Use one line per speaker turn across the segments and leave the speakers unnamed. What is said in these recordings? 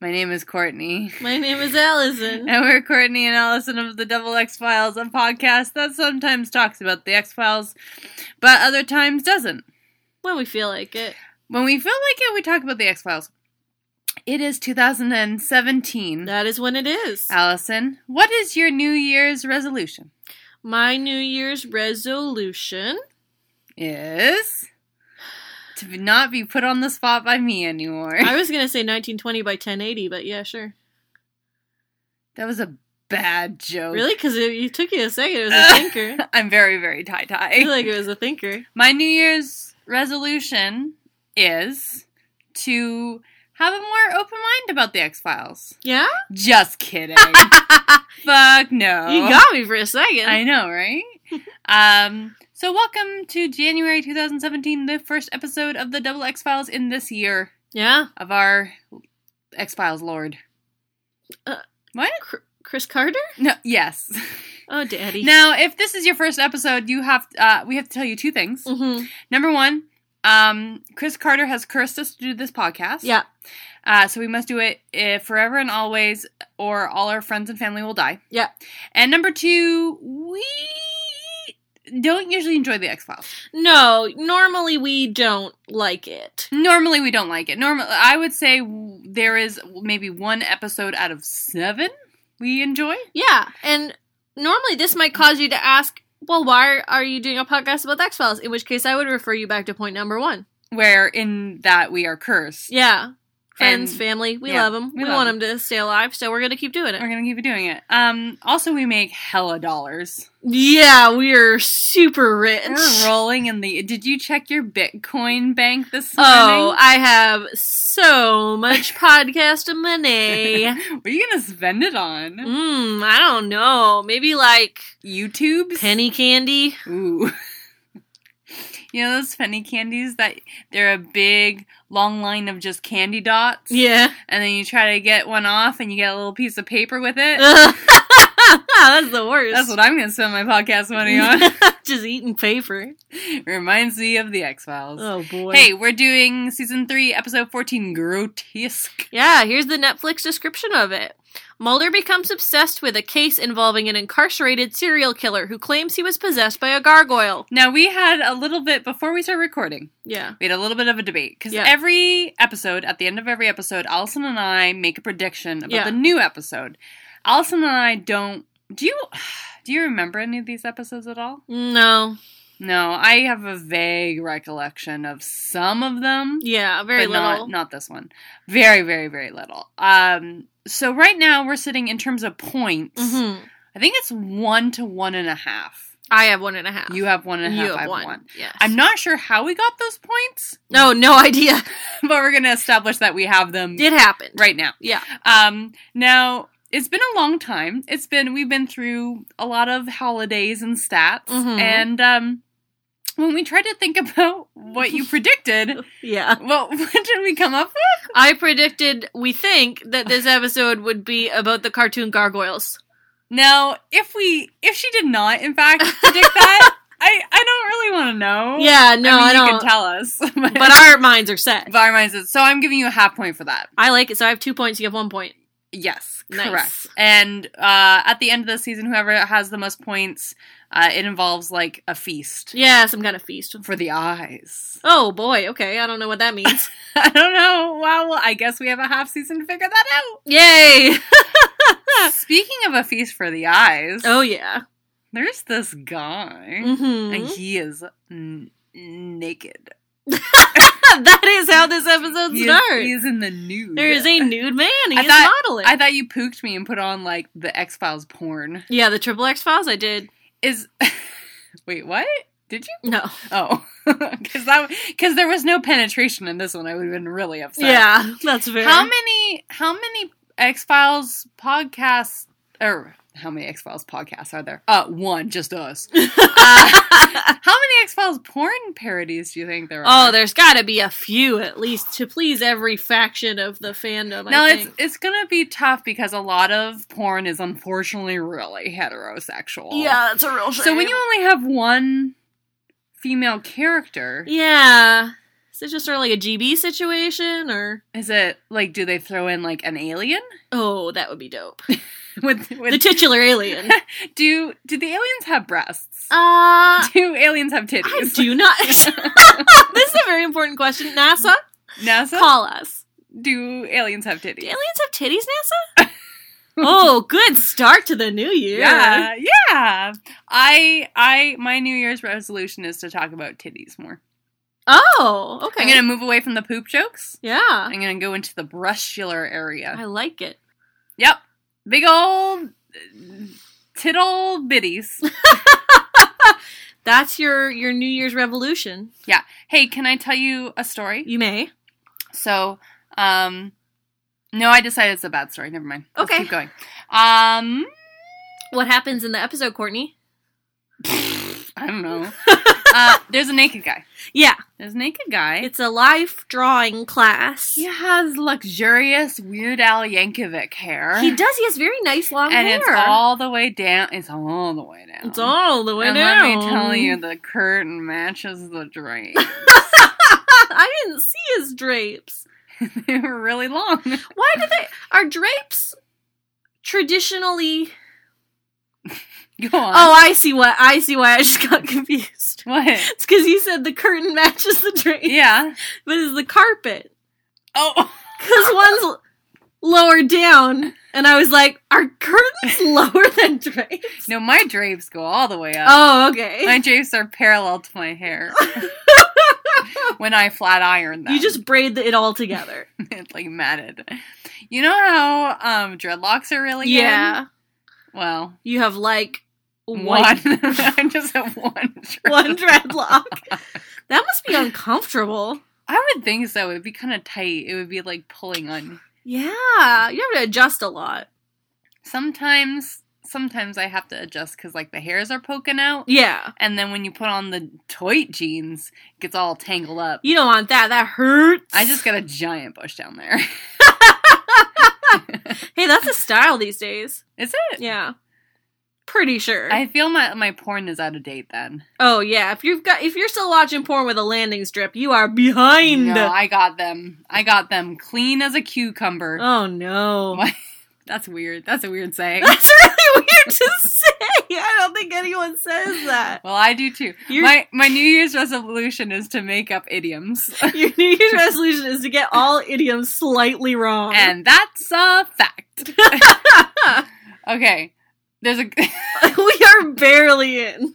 My name is Courtney.
My name is Allison.
And we're Courtney and Allison of the Double X Files, a podcast that sometimes talks about the X Files, but other times doesn't.
When we feel like it.
When we feel like it, we talk about the X Files. It is 2017.
That is when it is.
Allison, what is your New Year's resolution?
My New Year's resolution.
Is to be- not be put on the spot by me anymore.
I was going to say 1920 by 1080, but yeah, sure.
That was a bad joke.
Really? Because it, it took you a second. It was a thinker.
I'm very, very tie
I
tie.
feel like it was a thinker.
My New Year's resolution is to have a more open mind about the X Files.
Yeah?
Just kidding. Fuck no.
You got me for a second.
Oh. I know, right? um. So welcome to January 2017, the first episode of the Double X Files in this year
yeah.
of our X Files Lord.
Uh,
what?
Cr- Chris Carter?
No. Yes.
Oh, daddy.
now, if this is your first episode, you have uh, we have to tell you two things.
Mhm.
Number one, um, Chris Carter has cursed us to do this podcast.
Yeah.
Uh, so we must do it uh, forever and always, or all our friends and family will die.
Yeah.
And number two, we don't usually enjoy the X Files.
No, normally we don't like it.
Normally, we don't like it. Normally, I would say w- there is maybe one episode out of seven we enjoy.
Yeah, and normally this might cause you to ask, well, why are you doing a podcast about the X Files? In which case, I would refer you back to point number one.
Where in that we are cursed.
Yeah, friends,
And-
family, we
yeah,
love 'em. love them.
we
We,
love
want 'em want them to stay alive, so we're gonna keep doing
We're
it.
gonna keep doing it. Um. Also, we make hella dollars.
Yeah, we are super rich.
We're rolling in the. Did you check your Bitcoin bank this
Oh,
morning?
I have so much podcast money.
what are you gonna spend it on?
Mm, I don't know. Maybe like
YouTube's
penny candy.
Ooh. you know those penny candies that they're a big long line of just candy dots.
Yeah,
And then you try to get one off and you get a little piece of paper with it.
that's the worst.
That's what I'm gonna spend my podcast money on.
Just eating paper.
Reminds me of the X Files.
Oh boy.
hey, we're doing season three, episode fourteen, grotesque.
Yeah, here's the Netflix description of it. Mulder becomes obsessed with a case involving an incarcerated serial killer who claims he was possessed by a gargoyle.
Now we had a little bit before we started recording.
Yeah.
We had a little bit of a debate because
Yeah.
every episode, at the end of every episode, Allison and I make a prediction about
Yeah.
the new episode. Allison and I don't. Do you do you remember any of these episodes at all?
No.
No, I have a vague recollection of some of them,
Yeah, very
but
little.
not not this one. Very, very, very little. Um, so right now we're sitting in terms of points.
Mhm.
I think it's one to one and a half.
I have one and a half.
You have one and a half.
You
I have
one.
one.
Yes.
I'm not sure how we got those points,
No, no idea.
but we're gonna establish that we have them
It happened.
right now.
Yeah.
Um, now it's been a long time. It's been we've been through a lot of holidays and stats,
Mhm.
and um, when we tried to think about what you predicted,
Yeah.
well, what did we come up with?
I predicted we think that this episode would be about the cartoon gargoyles.
Now, if we if she did not, in fact, predict that, I I don't really want to know.
Yeah, no,
Oh, I, mean,
I,
you
don't.
can tell us, but,
But our minds are set.
but our minds is- so I'm giving you a half point for that.
I like it, so I have two points, you have one point.
Yes,
Nice.
correct. And uh, at the end of the season, whoever has the most points, uh, it involves like a feast
Yeah, some kind of feast.
for the eyes.
Oh boy, okay, I don't know what that means.
I don't know. Wow. Well, I guess we have a half season to figure that
Yay!
out. Speaking of a feast for the eyes,
Oh yeah.
there's this guy, and
Mhm.
he is n- naked.
that is how this episode
He is, he
starts.
is in the nude.
There is a nude man. He
I
is
thought-
modeling.
I thought you pooked me and put on like the X Files porn.
yeah, the Triple X Files. I did.
Is wait what? Did you?
No.
Oh, because that because there was no penetration in this one. I would have been really upset.
Yeah, that's fair.
How many? How many X Files podcasts, or how many X Files podcasts are there? Uh, one, just us. uh, how many X Files porn parodies do you think there are?
Oh, there's got to be a few at least to please every faction of the fandom.
Now
I
it's
think.
it's gonna be tough because a lot of porn is unfortunately really heterosexual.
yeah, that's a real shame.
So when you only have one female character,
yeah, is it just really a GB situation or
is it like do they throw in like an alien?
oh that would be dope.
With, with
The titular alien. Uh,
do do the aliens have breasts?
I
do aliens have titties?
Uh, do not. this is a very important question. NASA,
NASA,
call us.
do aliens have titties?
Do aliens have titties, NASA? oh, good start to the new year.
yeah, yeah. I I my New Year's resolution is to talk about titties more.
Oh, okay.
I'm gonna move away from the poop jokes.
yeah,
I'm gonna go into the brustular area.
I like it.
Yep. Big old uh, tittle bitties.
That's your your New Year's revolution.
hey, can I tell you a story?
You may.
So, um, no, I decided it's a bad story. Never mind. Let's
Okay.
keep going. Um,
What happens in the episode, Courtney?
I don't know. uh, there's a naked guy.
Yeah,
There's a naked guy.
it's a life drawing class.
he has luxurious Weird Al Yankovic hair.
He does. He has very nice long
and
hair.
it's all the way down. It's all the way down.
It's all the way
and
down.
let me tell you, the curtain matches the drape.
I didn't see his drapes.
they were really long.
Why do they? Are drapes traditionally?
Go on.
Oh, I see what I see. Why I just got confused.
What?
It's because you said the curtain matches the drape,
Yeah.
but it's the carpet.
Oh.
Because one's l- lower down, and I was like, are curtains lower than drapes?
No, my drapes go all the way up.
Oh, okay.
My drapes are parallel to my hair. when I flat iron them.
you just braid the, it all together.
it's like matted. You know how um dreadlocks are really in?
yeah.
Well,
You have like
one.
one,
I just have one dread.
one dreadlock. That must be uncomfortable.
I would think so. It'd be kind of tight. It would be like pulling on.
Yeah. You have to adjust a lot.
Sometimes, sometimes I have to adjust because like the hairs are poking out,
Yeah.
and then when you put on the tight jeans, it gets all tangled up.
You don't want that. That hurts.
I just got a giant bush down there.
Hey, that's a style these days.
Is it?
Yeah. Pretty sure.
I feel my my porn is out of date then.
oh yeah. If you've got if you're still watching porn with a landing strip, you are behind.
No, I got them. I got them clean as a cucumber.
Oh no.
What? That's weird. That's a weird saying.
That's really weird to say. I don't think anyone says that.
well, I do too.
You're-
My my New Year's resolution is to make up idioms,
Your New Year's resolution is to get all idioms slightly wrong.
and that's a fact. okay, there's a
we are barely in.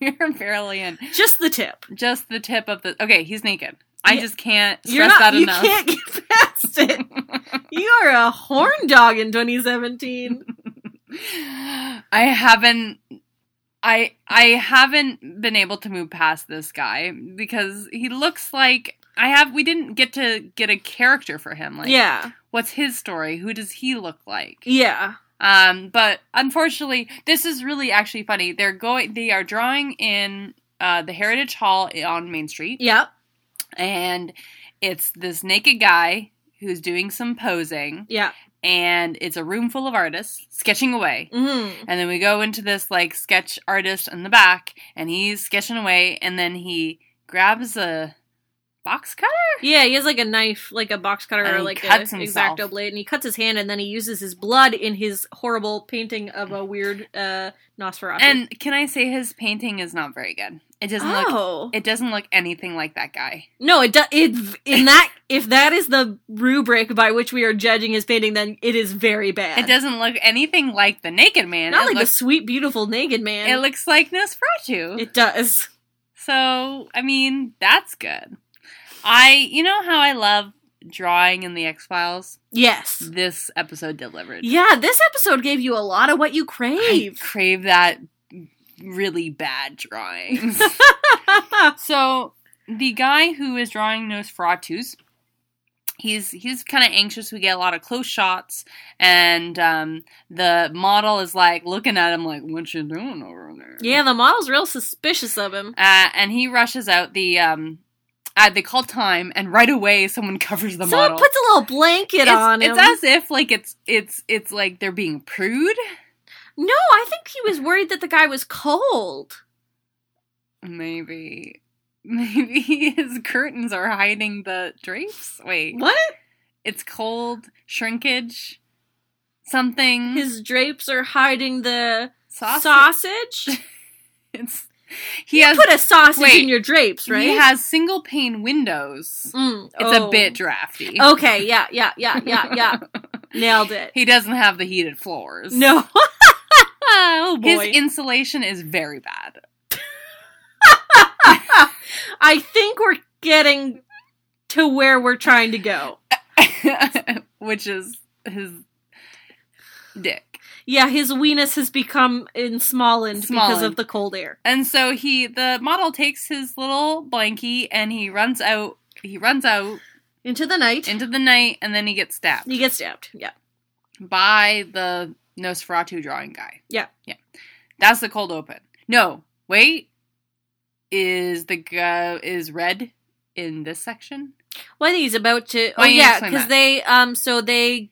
we're barely in
Just the tip.
just the tip of the. Okay, he's naked. I
Yeah.
just can't stress
You're not
that
you
enough.
can't get past it. You are a horn dog in 2017.
I haven't I I haven't been able to move past this guy because he looks like I have we didn't get to get a character for him like
yeah.
what's his story who does he look like
Yeah.
um but unfortunately this is really actually funny they're going they are drawing in uh the Heritage Hall on Main Street
Yep.
and it's this naked guy who's doing some posing
Yeah.
and it's a room full of artists sketching away
Mm.
and then we go into this like sketch artist in the back, and he's sketching away, and then he grabs a box cutter.
Yeah, he has like a knife, like a box cutter
And
or
he
like an
cuts himself.
exacto blade, and he cuts his hand and then he uses his blood in his horrible painting of a weird uh Nosferatu.
And can I say his painting is not very good? It doesn't look.
oh.
It doesn't look anything like that guy.
No, it does. It in that if that is the rubric by which we are judging his painting, then it is very bad.
It doesn't look anything like the naked man.
not
it
like the
looks,
sweet, beautiful naked man.
It looks like Nosferatu.
It does.
so I mean, that's good. I, you know how I love drawing in the X Files.
Yes.
This episode delivered.
Yeah, this episode gave you a lot of what you
I
crave.
crave that really bad drawings. so the guy who is drawing Nosferatu's, he's he's kind of anxious. We get a lot of close shots, and um, the model is like looking at him like, "What you doing over there?"
Yeah, the model's real suspicious of him.
Uh, and he rushes out the um, uh, they call time, and right away someone covers the
Someone
model.
puts a little blanket
it's,
on him.
it's as if like it's it's it's like they're being prude.
no, I think he was worried that the guy was cold.
Maybe maybe his curtains are hiding the drapes. Wait,
What?
it's cold shrinkage. Something
His drapes are hiding the
Sausage.
sausage.
It's he
You
has
put a sausage
wait.
in your drapes, right?
he has single pane windows.
Mm,
It's a
oh.
bit drafty.
Okay, yeah, yeah, yeah, yeah, yeah. Nailed it.
He doesn't have the heated floors.
No. oh boy.
His insulation is very bad.
I think we're getting to where we're trying to go.
Which is his dick.
Yeah, his weenus has become ensmalled because
Smallened.
of the cold air.
And so he the model takes his little blankie and he runs out he runs out
Into the night.
into the night and then he gets stabbed
he gets stabbed. Yeah.
by the Nosferatu drawing guy.
Yeah.
That's the cold open. No, wait. Is the gu- is red in this section?
Well, I think he's about to.
Why
oh
don't you
yeah,
explain
because
that?
they um so they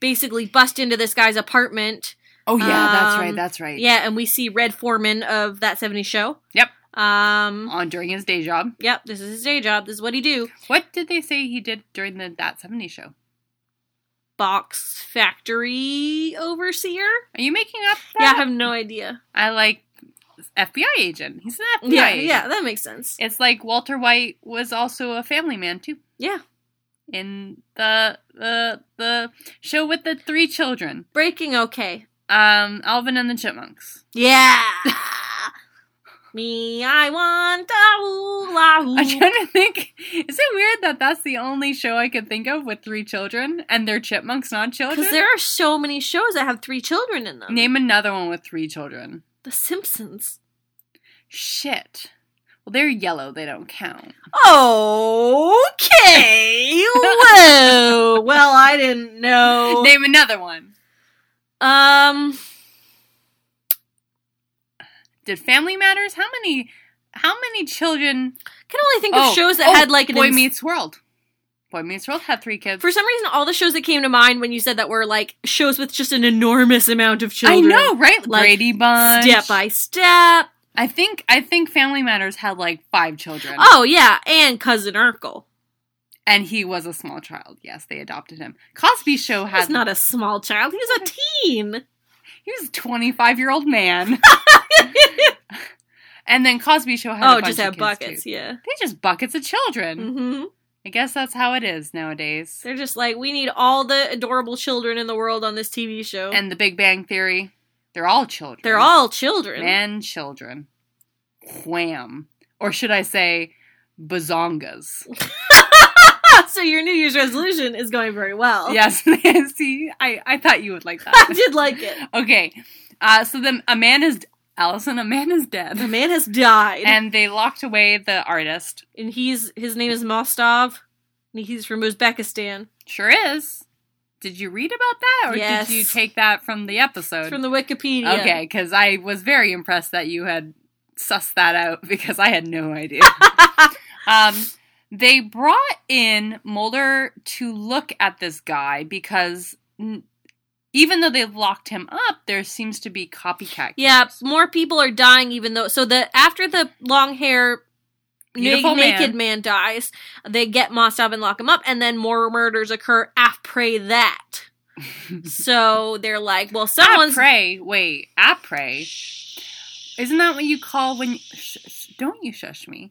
basically bust into this guy's apartment.
Oh yeah, that's right.
Um,
That's right.
Yeah, and we see Red Foreman of that 70s show.
Yep.
Um.
On during his day job.
Yep. This is his day job. This is what he do.
What did they say he did during the that 70 show?
Box factory overseer.
Are you making up?
Yeah, I
That?
have no idea.
I like FBI agent. He's an FBI.
Yeah,
agent.
yeah, that makes sense.
It's like Walter White was also a family man too
Yeah,
in the the the show with the three children.
breaking okay.
Um, Alvin and the Chipmunks.
Yeah. Me, I want a hula
I'm
hoop.
trying to think. Is it weird that that's the only show I could think of with three children and they're chipmunks, not children?
Because there are so many shows that have three children in them.
Name another one with three children.
The Simpsons.
Shit. Well, they're yellow. They don't count.
Okay. Whoa. Well, I didn't know.
Name another one.
um.
Did Family Matters? How many? How many children?
Can only think of shows that
oh,
had like an
Boy
ins-
Meets World. Boy Meets World had three kids.
For some reason, all the shows that came to mind when you said that were like shows with just an enormous amount of
I
children.
know, right?
Like,
Brady Bunch.
Step by step.
I think I think Family Matters had like five children.
Oh yeah, and cousin Urkel.
And he was a small child. Yes, they adopted him. Cosby Show
He was
had
not a small child. He was a teen.
He was a 25 year old man. and then Cosby Show had
Oh,
a bunch
just
of
have
kids,
buckets.
too.
Yeah.
They just buckets of children.
hmm
I guess that's how it is nowadays.
They're just like we need all the adorable children in the world on this TV show,
And the Big Bang Theory, they're all children.
they're all children.
man children. Wham. Or should I say, bazongas?
so your New Year's resolution is going very well.
Yes, Nancy. I, I thought you would like
I
that.
did like it.
okay. Uh, so then a man is, Allison, a man is
The
dead.
man has died, and,
And they locked away the artist.
he's his name is Mostov, and he's from Uzbekistan.
Sure is. Did you read about that, or
Yes.
did you take that from the episode?
It's from the Wikipedia.
okay, because I was very impressed that you had sussed that out because I had no idea. um, they brought in Mulder to look at this guy because n- even though they locked him up, there seems to be copycat.
Yeah,
killers.
more people are dying, even though. So the after the long hair. na-
Beautiful man.
naked man dies. They get Mostov and lock him up, and then more murders occur after that. So they're like, well,
I
someone's
pray. Wait, I pray. Isn't that what you call when? Sh- sh- don't you shush me.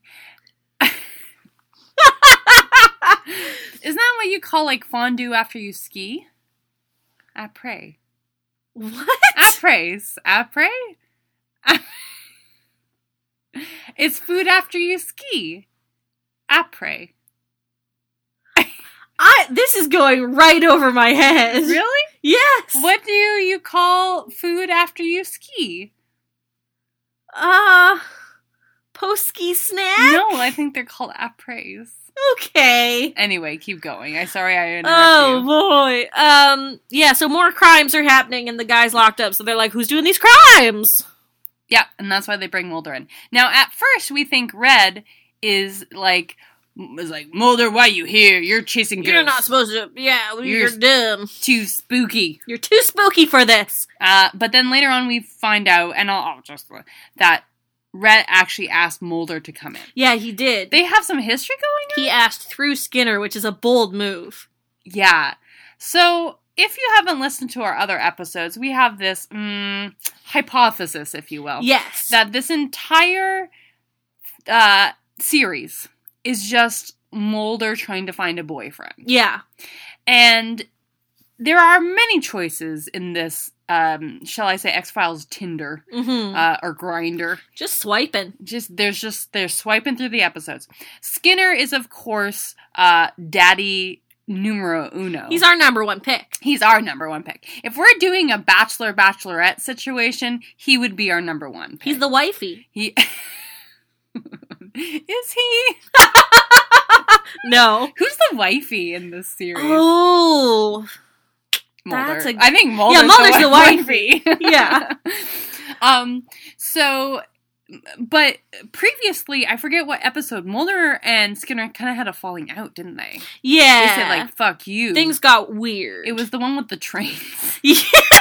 Isn't that what you call like fondue after you ski? I pray.
what?
I praise. I pray. it's food after you ski. I pray.
I this is going right over my head.
Really?
Yes.
What do you call food after you ski?
Uh Posky snack?
No, I think they're called apres.
Okay.
Anyway, keep going. I sorry I interrupted
Oh
you.
boy. Um yeah, so more crimes are happening and the guy's locked up, so they're like, Who's doing these crimes?
Yeah, and that's why they bring Mulder in. Now, at first, we think Red is like is like Mulder. Why you here? You're chasing ghosts.
You're not supposed to yeah,
You're-
you're, dumb.
too spooky.
You're too spooky for this.
Uh, but then later on, we find out, and I'll, I'll just uh, that Red actually asked Mulder to come in.
Yeah, he did.
They have some history going on.
he asked through Skinner, which is a bold move.
Yeah. So if you haven't listened to our other episodes, we have this mm, hypothesis, if you will,
Yes.
Oh, that this entire uh, series is just Mulder trying to find a boyfriend,
yeah.
and there are many choices in this. Um, shall I say X Files Tinder
hmm
uh, or Grinder?
Just swiping.
just there's just they're swiping through the episodes. Skinner is of course uh daddy numero uno.
He's our number one pick.
He's our number one pick. If we're doing a bachelor bachelorette situation, he would be our number one. Pick.
He's the wifey.
he is he?
No.
Who's the wifey in this series?
Oh.
Mulder.
that's a-
I think Mulder's,
Mulder's
the,
the
wifey.
Yeah.
um. So, but previously, I forget what episode Mulder and Skinner kind of had a falling out, didn't they?
Yeah.
They said like "fuck you."
Things got weird.
It was the one with the trains.
Yeah.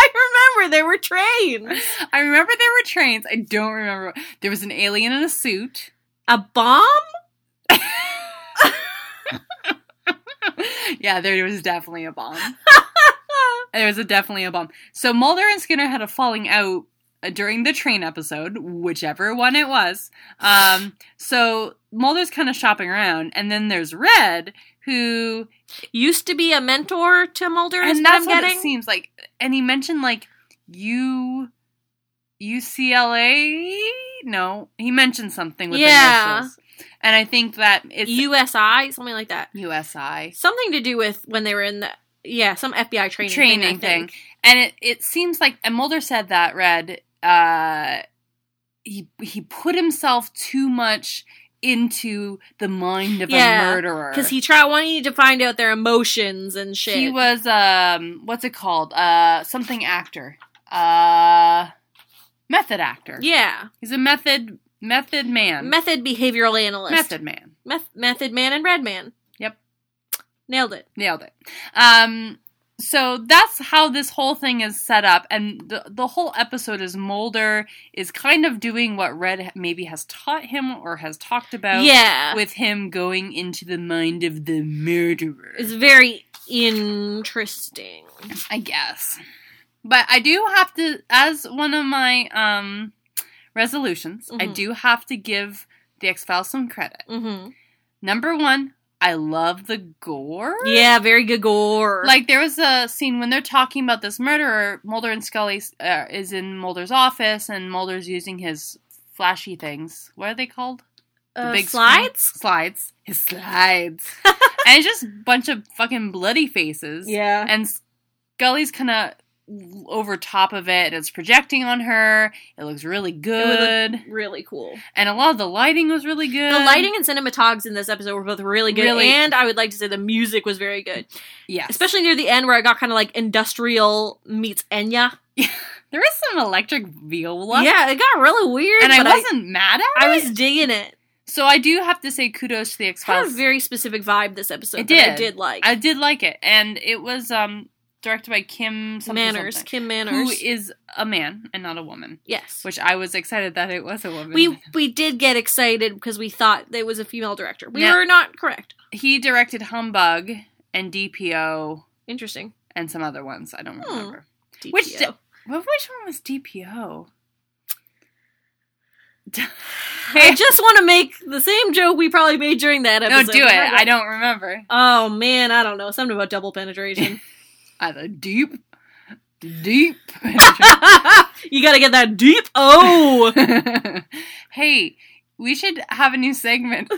I remember there were trains.
I remember there were trains. I don't remember. There was an alien in a suit.
A bomb?
yeah, there was definitely a bomb. there was a, definitely a bomb. So Mulder and Skinner had a falling out uh, during the train episode, whichever one it was. Um, so Mulder's kind of shopping around, and then there's Red, who
Used to be a mentor to Mulder,
and
is what
that's
I'm
what
getting.
it seems like. And he mentioned like U UCLA. No, he mentioned something with
Yeah.
initials, and I think that it's
USI, something like that.
USI.
Something to do with when they were in the yeah, some FBI training
Training
thing. I
thing,
think.
and it it seems like and Mulder said that Red. Uh, he he put himself too much into the mind of
Yeah,
a murderer
Because he tried wanting to find out their emotions and shit.
He was um what's it called? Uh something actor. Uh method actor.
yeah,
He's a method method man.
method behavioral analyst.
Um, method man.
Meth- method man and red man.
Yep.
Nailed it.
Nailed it. Um so that's how this whole thing is set up and the the whole episode is Mulder is kind of doing what Red maybe has taught him or has talked about
yeah.
with him going into the mind of the murderer.
it's very interesting.
I guess. But I do have to, as one of my um, resolutions, I
Mhm.
do have to give the X Files some credit.
Mm-hmm.
Number one, I love the gore.
Yeah, very good gore.
Like there was a scene when they're talking about this murderer. Mulder and Scully uh, is in Mulder's office, and Mulder's using his flashy things. What are they called?
Uh,
screen-
slides.
slides, his slides, and it's just a bunch of fucking bloody faces.
Yeah.
and Scully's kind of over top of it and it's projecting on her. It looks really good.
Really cool.
and a lot of the lighting was really good.
The lighting and cinematogs in this episode were both really good,
Really-
and I would like to say the music was very good,
Yes.
especially near the end where I got kind of like industrial meets Enya.
there is some electric viola.
Yeah, it got really weird,
And I
but
wasn't mad at
I,
it.
was digging it.
so I do have to say kudos to the X
It had a
Files.
very specific vibe this episode.
It
that I
did.
did like
I did like it. And it was um directed by Kim something,
Manners,
something,
Kim Manners.
who is a man and not a woman.
yes,
Which I was excited that it was a woman.
we we did get excited because we thought there was a female director. We
Yeah.
were not correct.
he directed Humbug and DPO
Interesting.
and some other ones. I don't
Hmm.
remember.
DPO.
Which di- Well, which one was DPO?
I just want to make the same joke we probably made during that
no,
episode.
do it.
Never
I
mind.
don't remember.
Oh man, I don't know. Something about double penetration.
Either deep, deep.
you gotta get that deep. Oh,
hey, we should have a new segment.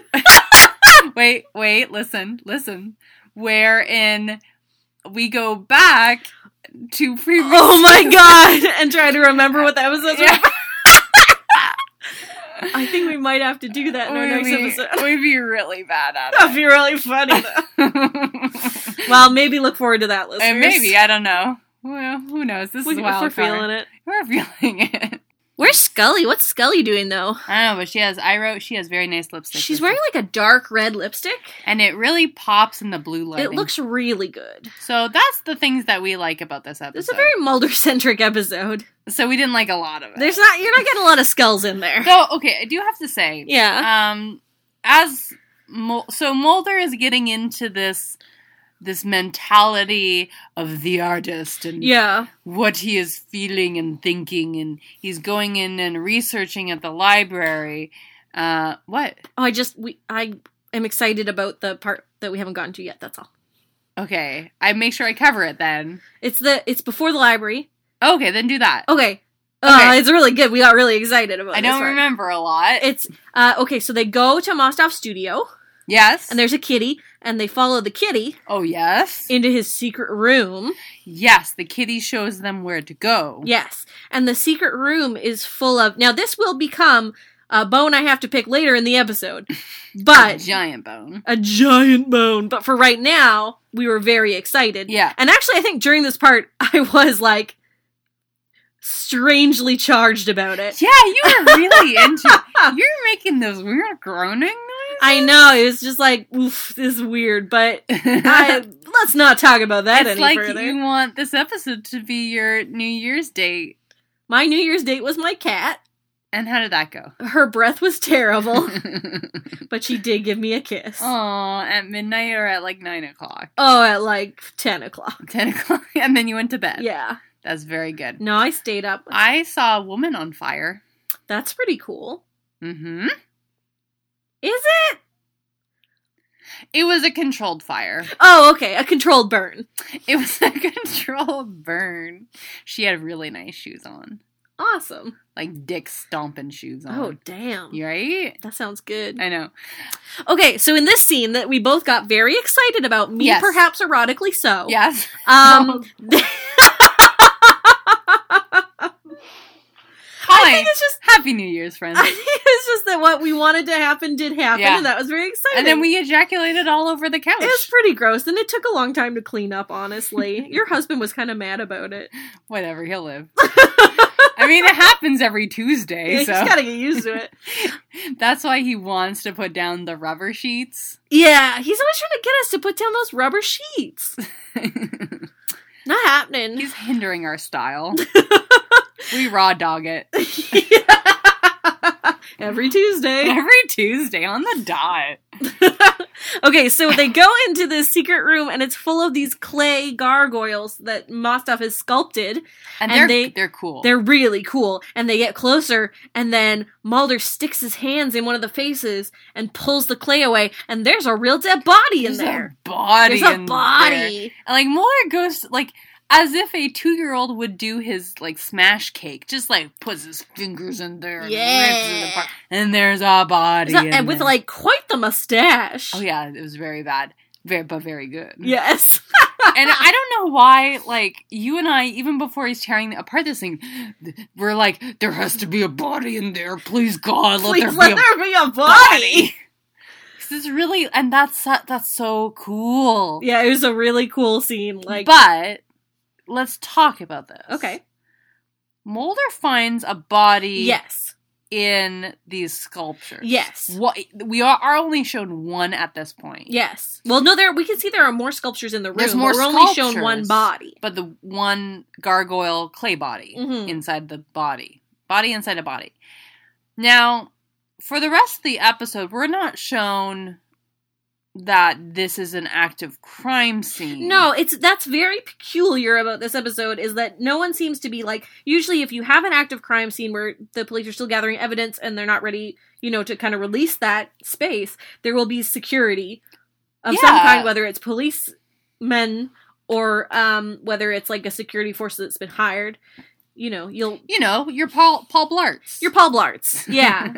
wait, wait, listen, listen. Wherein we go back to previous.
oh my god! And try to remember what the episodes
Yeah.
were. I think we might have to do that in our
We'd
next
be-
episode.
We'd be really bad at
That'd be really funny.
it.
well, maybe look forward to that, listeners.
and maybe I don't know. Well, who knows? This
we,
is
if
wild.
we're feeling it.
We're feeling it.
Where's Scully? What's Scully doing though?
I don't know, but she has. I wrote she has very nice lipstick.
She's
this
wearing like a dark red lipstick.
time. and it really pops in the blue light.
It looks really good.
so. That's the things that we like about this episode.
It's a very Mulder centric episode.
so we didn't like a lot of it.
There's not you're not getting a lot of skulls in there.
so okay. I do have to say,
Yeah.
um, as Mul- so Mulder is getting into this this mentality of the artist and
Yeah.
what he is feeling and thinking, and he's going in and researching at the library. Uh, what?
Oh, I just we I am excited about the part that we haven't gotten to yet, that's all.
Okay, I make sure I cover it then.
It's the it's before the library.
Okay, then do that.
Okay. Uh,
Okay.
it's really good. We got really excited about
I
this
don't
part.
remember a lot.
It's uh okay, so they go to Mostov's studio
yes.
and there's a kitty and they follow the kitty
oh yes.
into his secret room.
yes, the kitty shows them where to go.
Yes. And the secret room is full of. Now, this will become a bone I have to pick later in the episode,
A
but
giant bone.
a giant bone. But for right now, we were very excited.
Yeah.
And actually, I think during this part, I was like strangely charged about it.
Yeah, you were really into. You're making those weird groaning
I know. It was just like, oof, this is weird, but.
noises.
I, let's not talk about that
it's
any
like
further.
you want this episode to be your New Year's date.
My New Year's date was my cat.
And how did that go?
Her breath was terrible, but she did give me a kiss.
Oh, at midnight or at like nine o'clock,
Oh, at like 10 o'clock.
ten o'clock, and then you went to bed.
Yeah. Mm.
that's very good.
No, I stayed up.
I saw a woman on fire.
That's pretty cool.
Mm-hmm.
Is it?
It was a controlled fire.
Oh, okay. A controlled burn.
It was a controlled burn. She had really nice shoes on,
Awesome.
like dick stomping shoes on.
Oh, damn.
You right?
That sounds good.
I know.
Okay, so in this scene that we both got very excited about, me
Yes.
perhaps erotically so.
Yes.
Um, I
Hi.
think it's just
Happy New Year's, friends.
I think it's just that what we wanted to happen did happen,
Yeah.
and that was very exciting.
And then we ejaculated all over the couch.
It was pretty gross, and it took a long time to clean up, honestly. Your husband was kind of mad about it.
Whatever, he'll live. I mean, it happens every Tuesday,
Yeah,
so
He's got to get used to it.
that's why he wants to put down the rubber sheets.
Yeah, he's always trying to get us to put down those rubber sheets. Not happening.
He's hindering our style. we raw dog it
Every Tuesday.
every Tuesday on the dot.
okay, so they go into this secret room and it's full of these clay gargoyles that Mostov has sculpted.
And,
And
they're
they-
they, are cool.
They're really cool. And they get closer, and then Mulder sticks his hands in one of the faces and pulls the clay away, and there's a real dead body in
There's a
there.
body.
There's a
in there.
body.
And like Mueller goes like as if a two year old would do his like smash cake, just like puts his fingers in there and rips it
Yeah.
apart. And there's a body.
It's not-
in
and with
there.
like quite the mustache.
Oh yeah, it was very bad. Very but very good.
Yes.
And I don't know why, like, you and I, even before he's tearing apart this thing, th- we're like, there has to be a body in there. Please God, let
Please
there
let
be a
there be a body.
body. this is really and that's so- that's so cool.
Yeah, it was a really cool scene. Like,
but let's talk about this.
okay,
Mulder finds a body
yes,
in these sculptures.
yes,
What we are, are only shown one at this point.
yes. Well, no, there we can see there are more sculptures in the room.
There's more
but we're only shown
sculptures.
one body.
But the one gargoyle clay body
Mhm.
inside the body. Body inside a body. Now, for the rest of the episode, we're not shown that this is an active crime scene.
No, it's that's very peculiar about this episode is that no one seems to be like usually if you have an active crime scene where the police are still gathering evidence and they're not ready, you know, to kind of release that space, there will be security of some
Yeah.
kind, whether it's policemen or um whether it's like a security force that's been hired. You know, you'll
You know, you're Paul Paul Blarts.
Your Paul Blarts. Yeah.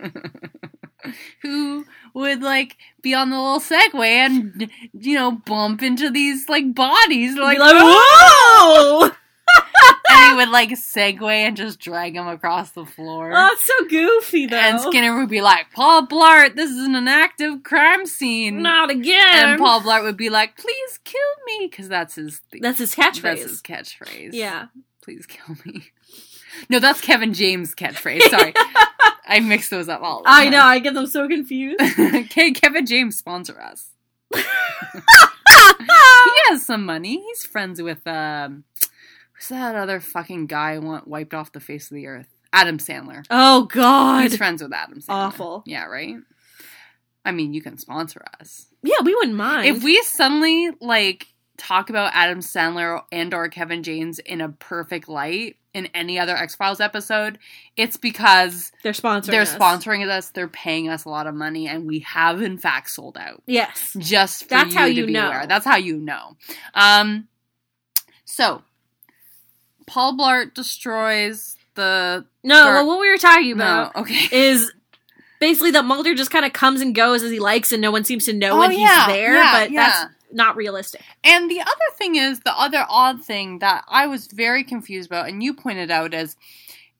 who would like be on the little Segway and you know bump into these like bodies like,
Oh, Be like, whoa!
and he would like segue and just drag him across the floor.
Oh, it's so goofy though.
and Skinner would be like, Paul Blart, this isn't an active crime scene.
Not again.
And Paul Blart would be like, please kill me, because that's his thing.
That's his
That's
catchphrase.
his catchphrase.
yeah.
Please kill me. No, that's Kevin James' catchphrase. Sorry. I mixed those up all the
I
time.
know, I get them so confused.
okay, Kevin James sponsor us. he has some money. He's friends with um who's that other fucking guy want wiped off the face of the earth? Adam Sandler.
oh god.
He's friends with Adam Sandler.
Awful.
Yeah, right? I mean, you can sponsor us.
Yeah, we wouldn't mind.
If we suddenly like talk about Adam Sandler and or Kevin James in a perfect light in any other X-Files episode, it's because
they're sponsoring
they're
us.
sponsoring us. They're paying us a lot of money, and we have in fact sold out.
Yes.
Just for
That's
you
how
to
you
be
know.
aware. That's how you know. Um, so Paul Blart destroys the
No,
Or-
well what we were talking about
no. Okay,
is basically that Mulder just kind of comes and goes as he likes, and no one seems to know
Oh,
when
yeah,
he's there.
yeah,
but
yeah.
that's not realistic.
and the other thing is the other odd thing that I was very confused about, and you pointed out is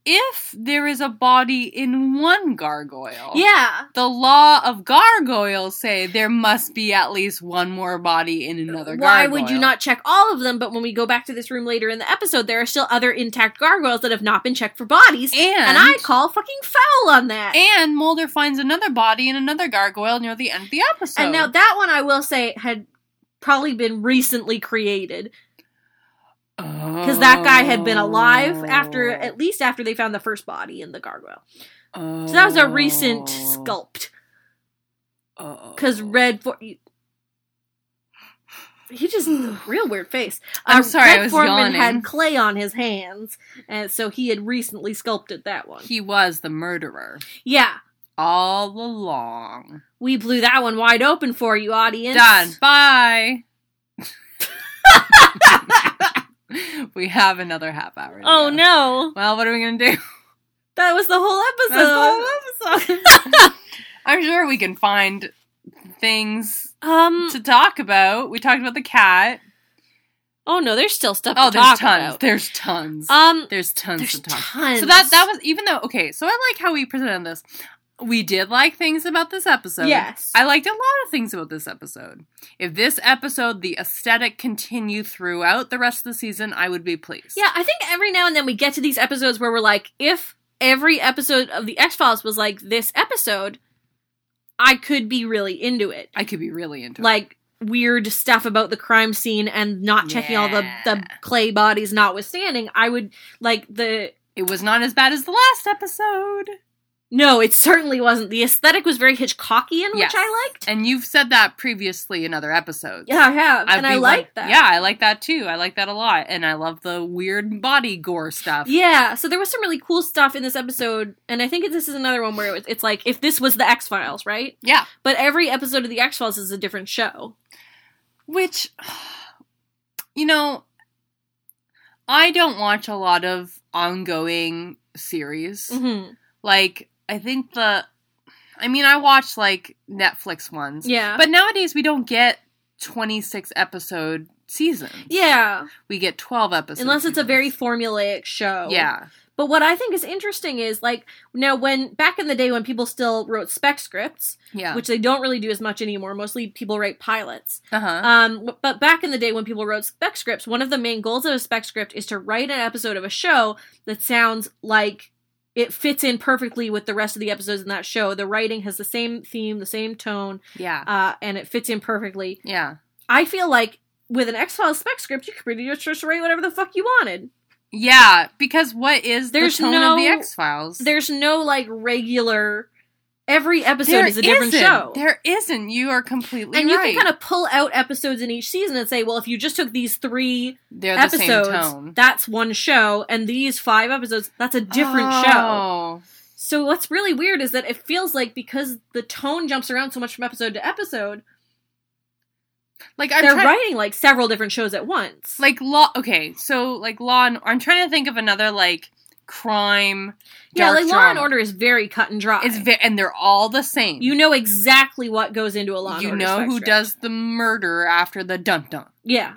if there is a body in one gargoyle,
Yeah,
The law of gargoyles say there must be at least one more body in another
why
gargoyle.
would you not check all of them? But when we go back to this room later in the episode, there are still other intact gargoyles that have not been checked for bodies,
And,
and I call fucking foul on that.
And Mulder finds another body in another gargoyle near the end of the episode.
and now that one, I will say, had probably been recently created because that guy had been alive after at least after they found the first body in the gargoyle.
Oh.
So that was a recent sculpt.
Oh.
Because red for he just real weird face.
I'm sorry,
Red
I was
Foreman
yawning.
had clay on his hands, and so he had recently sculpted that one.
he was the murderer
yeah,
all along.
we blew that one wide open for you, audience.
Done. Bye. we have another half hour. to
Oh
go.
no,
Well, what are we gonna do?
that was the whole episode.
That's the whole episode. I'm sure we can find things
um.
to talk about. We talked about the cat.
Oh no, there's still stuff.
Oh,
to
there's
talk
tons.
about.
There's tons.
Um.
there's tons
There's
to talk.
tons.
So that that was even though okay. So I like how we presented this. We did like things about this episode.
yes.
I liked a lot of things about this episode. If this episode, the aesthetic continued throughout the rest of the season, I would be pleased.
Yeah, I think every now and then we get to these episodes where we're like, if every episode of the X Files was like this episode, I could be really into it.
I could be really into it.
Like weird stuff about the crime scene and not checking all the the
Yeah.
clay bodies, notwithstanding. I would like the
It was not as bad as the last episode.
no, it certainly wasn't. The aesthetic was very Hitchcockian,
Yes.
which I liked.
And you've said that previously in other episodes.
Yeah, I have,
I'd
and
be
I like that.
Yeah, I like that too. I like that a lot. And I love the weird body gore stuff.
Yeah, so there was some really cool stuff in this episode, and I think this is another one where it was, it's like if this was the X Files, right?
Yeah.
But every episode of the X Files is a different show.
Which, you know, I don't watch a lot of ongoing series.
Mm-hmm.
Like, I think the. I mean, I watch like Netflix ones.
Yeah,
But nowadays we don't get 26 episode seasons.
yeah,
We get 12 episodes.
unless it's a very formulaic show.
Yeah.
But what I think is interesting is like now when back in the day when people still wrote spec scripts,
Yeah.
which they don't really do as much anymore. Mostly people write pilots.
uh-huh.
Um, but back in the day when people wrote spec scripts, one of the main goals of a spec script is to write an episode of a show that sounds like it fits in perfectly with the rest of the episodes in that show. The writing has the same theme, the same tone,
yeah.
uh, and it fits in perfectly.
Yeah.
I feel like with an X Files spec script, you could pretty much just write whatever the fuck you wanted.
Yeah, because what is
There's
the tone
no-
of the X Files?
There's no like regular. Every episode is a different show.
There isn't. You are completely
and you
right.
can kind of pull out episodes in each season and say, well, if you just took these three
They're the
episodes,
same tone.
that's one show, and these five episodes, that's a different show.
Oh.
So what's really weird is that it feels like because the tone jumps around so much from episode to episode,
Like I'm
they're
trying,
writing like several different shows at once.
Like law. Okay, so like law. And, I'm trying to think of another like crime.
yeah,
dark
like Law and
drama.
Order is very cut and dry.
It's ve- and they're all the same.
you know exactly what goes into a Law and
you
Order
know
spec
who
script.
does the murder after the dun dun.
Yeah,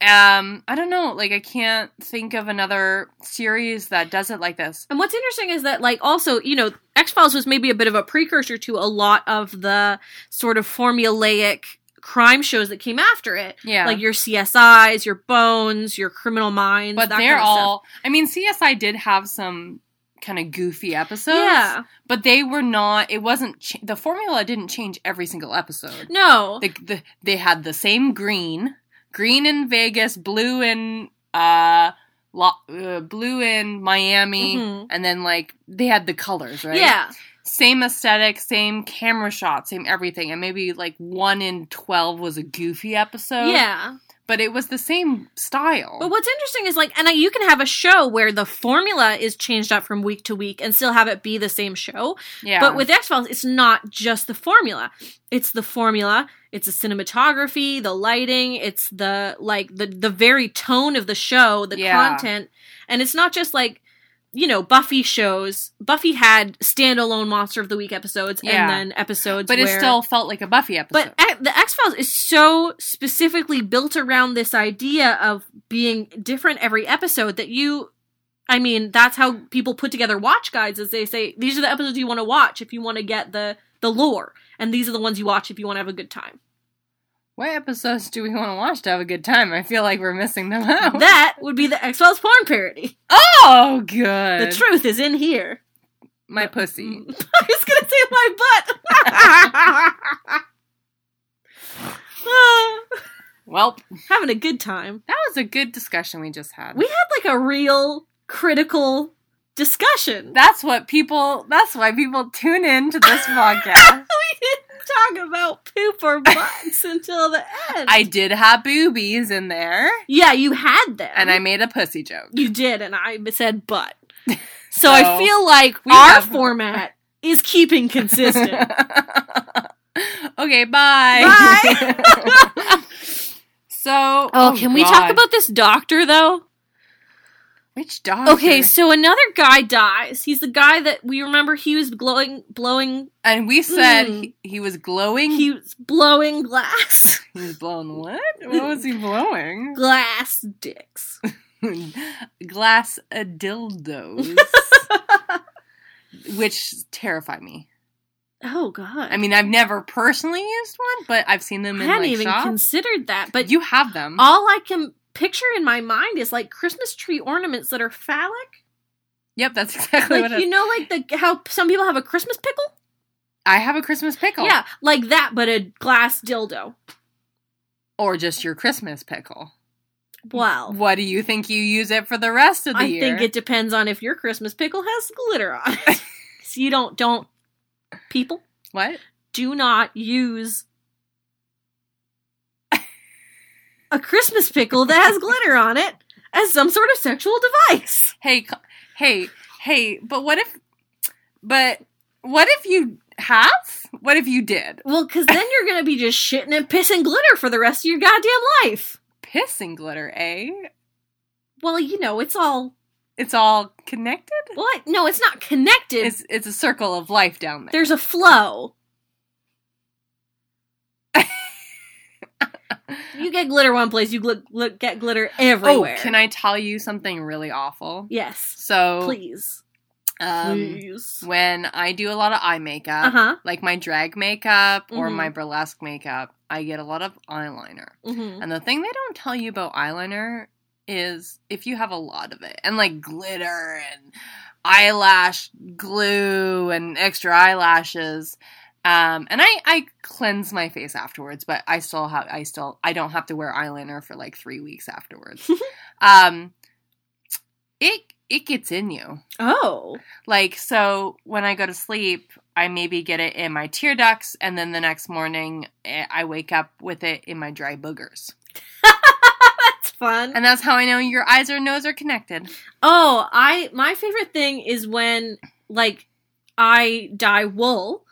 Um, I don't know. Like, I can't think of another series that does it like this.
And what's interesting is that, like, also, you know, X Files was maybe a bit of a precursor to a lot of the sort of formulaic crime shows that came after it.
Yeah.
Like your CSIs, your Bones, your Criminal Minds.
but
that
they're
kind of stuff.
all. I mean, CSI did have some kind of goofy episodes.
yeah.
But they were not. It wasn't. Ch- the formula didn't change every single episode.
No.
They, the, they had the same green, green in Vegas, blue in uh, lo- uh blue in Miami,
Mhm.
and then like they had the colors, right?
Yeah.
same aesthetic, same camera shot, same everything, and maybe like one in twelve was a goofy episode.
yeah.
but it was the same style.
But what's interesting is like, and I, you can have a show where the formula is changed up from week to week and still have it be the same show.
Yeah,
But with X Files, it's not just the formula. It's the formula. It's the cinematography, the lighting. It's the like the the very tone of the show, the
Yeah.
content, and it's not just like you know Buffy shows. Buffy had standalone Monster of the Week episodes
Yeah.
and then episodes,
but it
where-
still felt like a Buffy episode.
But X- the X Files is so specifically built around this idea of being different every episode that you, I mean, that's how people put together watch guides. Is they say these are the episodes you want to watch if you want to get the the lore, and these are the ones you watch if you want to have a good time.
what episodes do we want to watch to have a good time? I feel like we're missing them out.
That would be the X Files porn parody.
oh, good.
The truth is in here.
My pussy.
I was gonna say my butt. Ah,
Well,
having a good time.
that was a good discussion we just had.
We had like a real critical discussion.
that's what people. That's why people tune in to this podcast.
we didn't talk about poop or butts until the end.
I did have boobies in there,
yeah, you had them,
and I made a pussy joke.
you did, and I said butt. So,
So,
I feel like
we
our
have-
format is keeping consistent.
okay, bye.
Bye.
so,
oh, can we talk
God.
about this doctor though?
which dog?
Okay, so another guy dies. He's the guy that we remember. He was glowing, blowing.
and we said
Mm.
he, he was glowing. He,
He was blowing glass,
was blowing what? What was he blowing?
glass dicks.
Glass uh, dildos, which terrify me.
Oh god.
I mean, I've never personally used one, but I've seen
I
them in
hadn't
like
even
shops.
considered that, but
but you have them.
all I can picture in my mind is like Christmas tree ornaments that are phallic.
yep, that's exactly
Like
what.
you
it,
know, like the how some people have a Christmas pickle.
I have a Christmas pickle.
Yeah, like that, but a glass dildo.
or just your Christmas pickle.
Wow.
What do you think you use it for the rest of the
I
year?
think it depends on if your Christmas pickle has glitter on it. so you don't don't people
What?
do not use a Christmas pickle that has glitter on it as some sort of sexual device.
Hey, c- hey, hey! But what if? But what if you have? What if you did
Well, because then you're gonna be just shitting and pissing glitter for the rest of your goddamn life.
pissing glitter? Eh?
Well, you know, it's all
It's all connected.
well. I- No, it's not connected.
It's it's a circle of life down there.
There's a flow. you get glitter one place, you gl- gl- get glitter everywhere.
Oh, can I tell you something really awful?
Yes,
So,
please,
um,
please.
when I do a lot of eye makeup,
Uh huh.
like my drag makeup or
Mhm.
my burlesque makeup, I get a lot of eyeliner.
hmm
And the thing they don't tell you about eyeliner is if you have a lot of it and like glitter and eyelash glue and extra eyelashes. Um, and I, I cleanse my face afterwards, but I still have I still I don't have to wear eyeliner for like three weeks afterwards. um, it it gets in you.
Oh,
Like, so when I go to sleep, I maybe get it in my tear ducts, and then the next morning eh, I wake up with it in my dry boogers.
that's fun.
And that's how I know your eyes or nose are connected.
Oh, I my favorite thing is when like I dye wool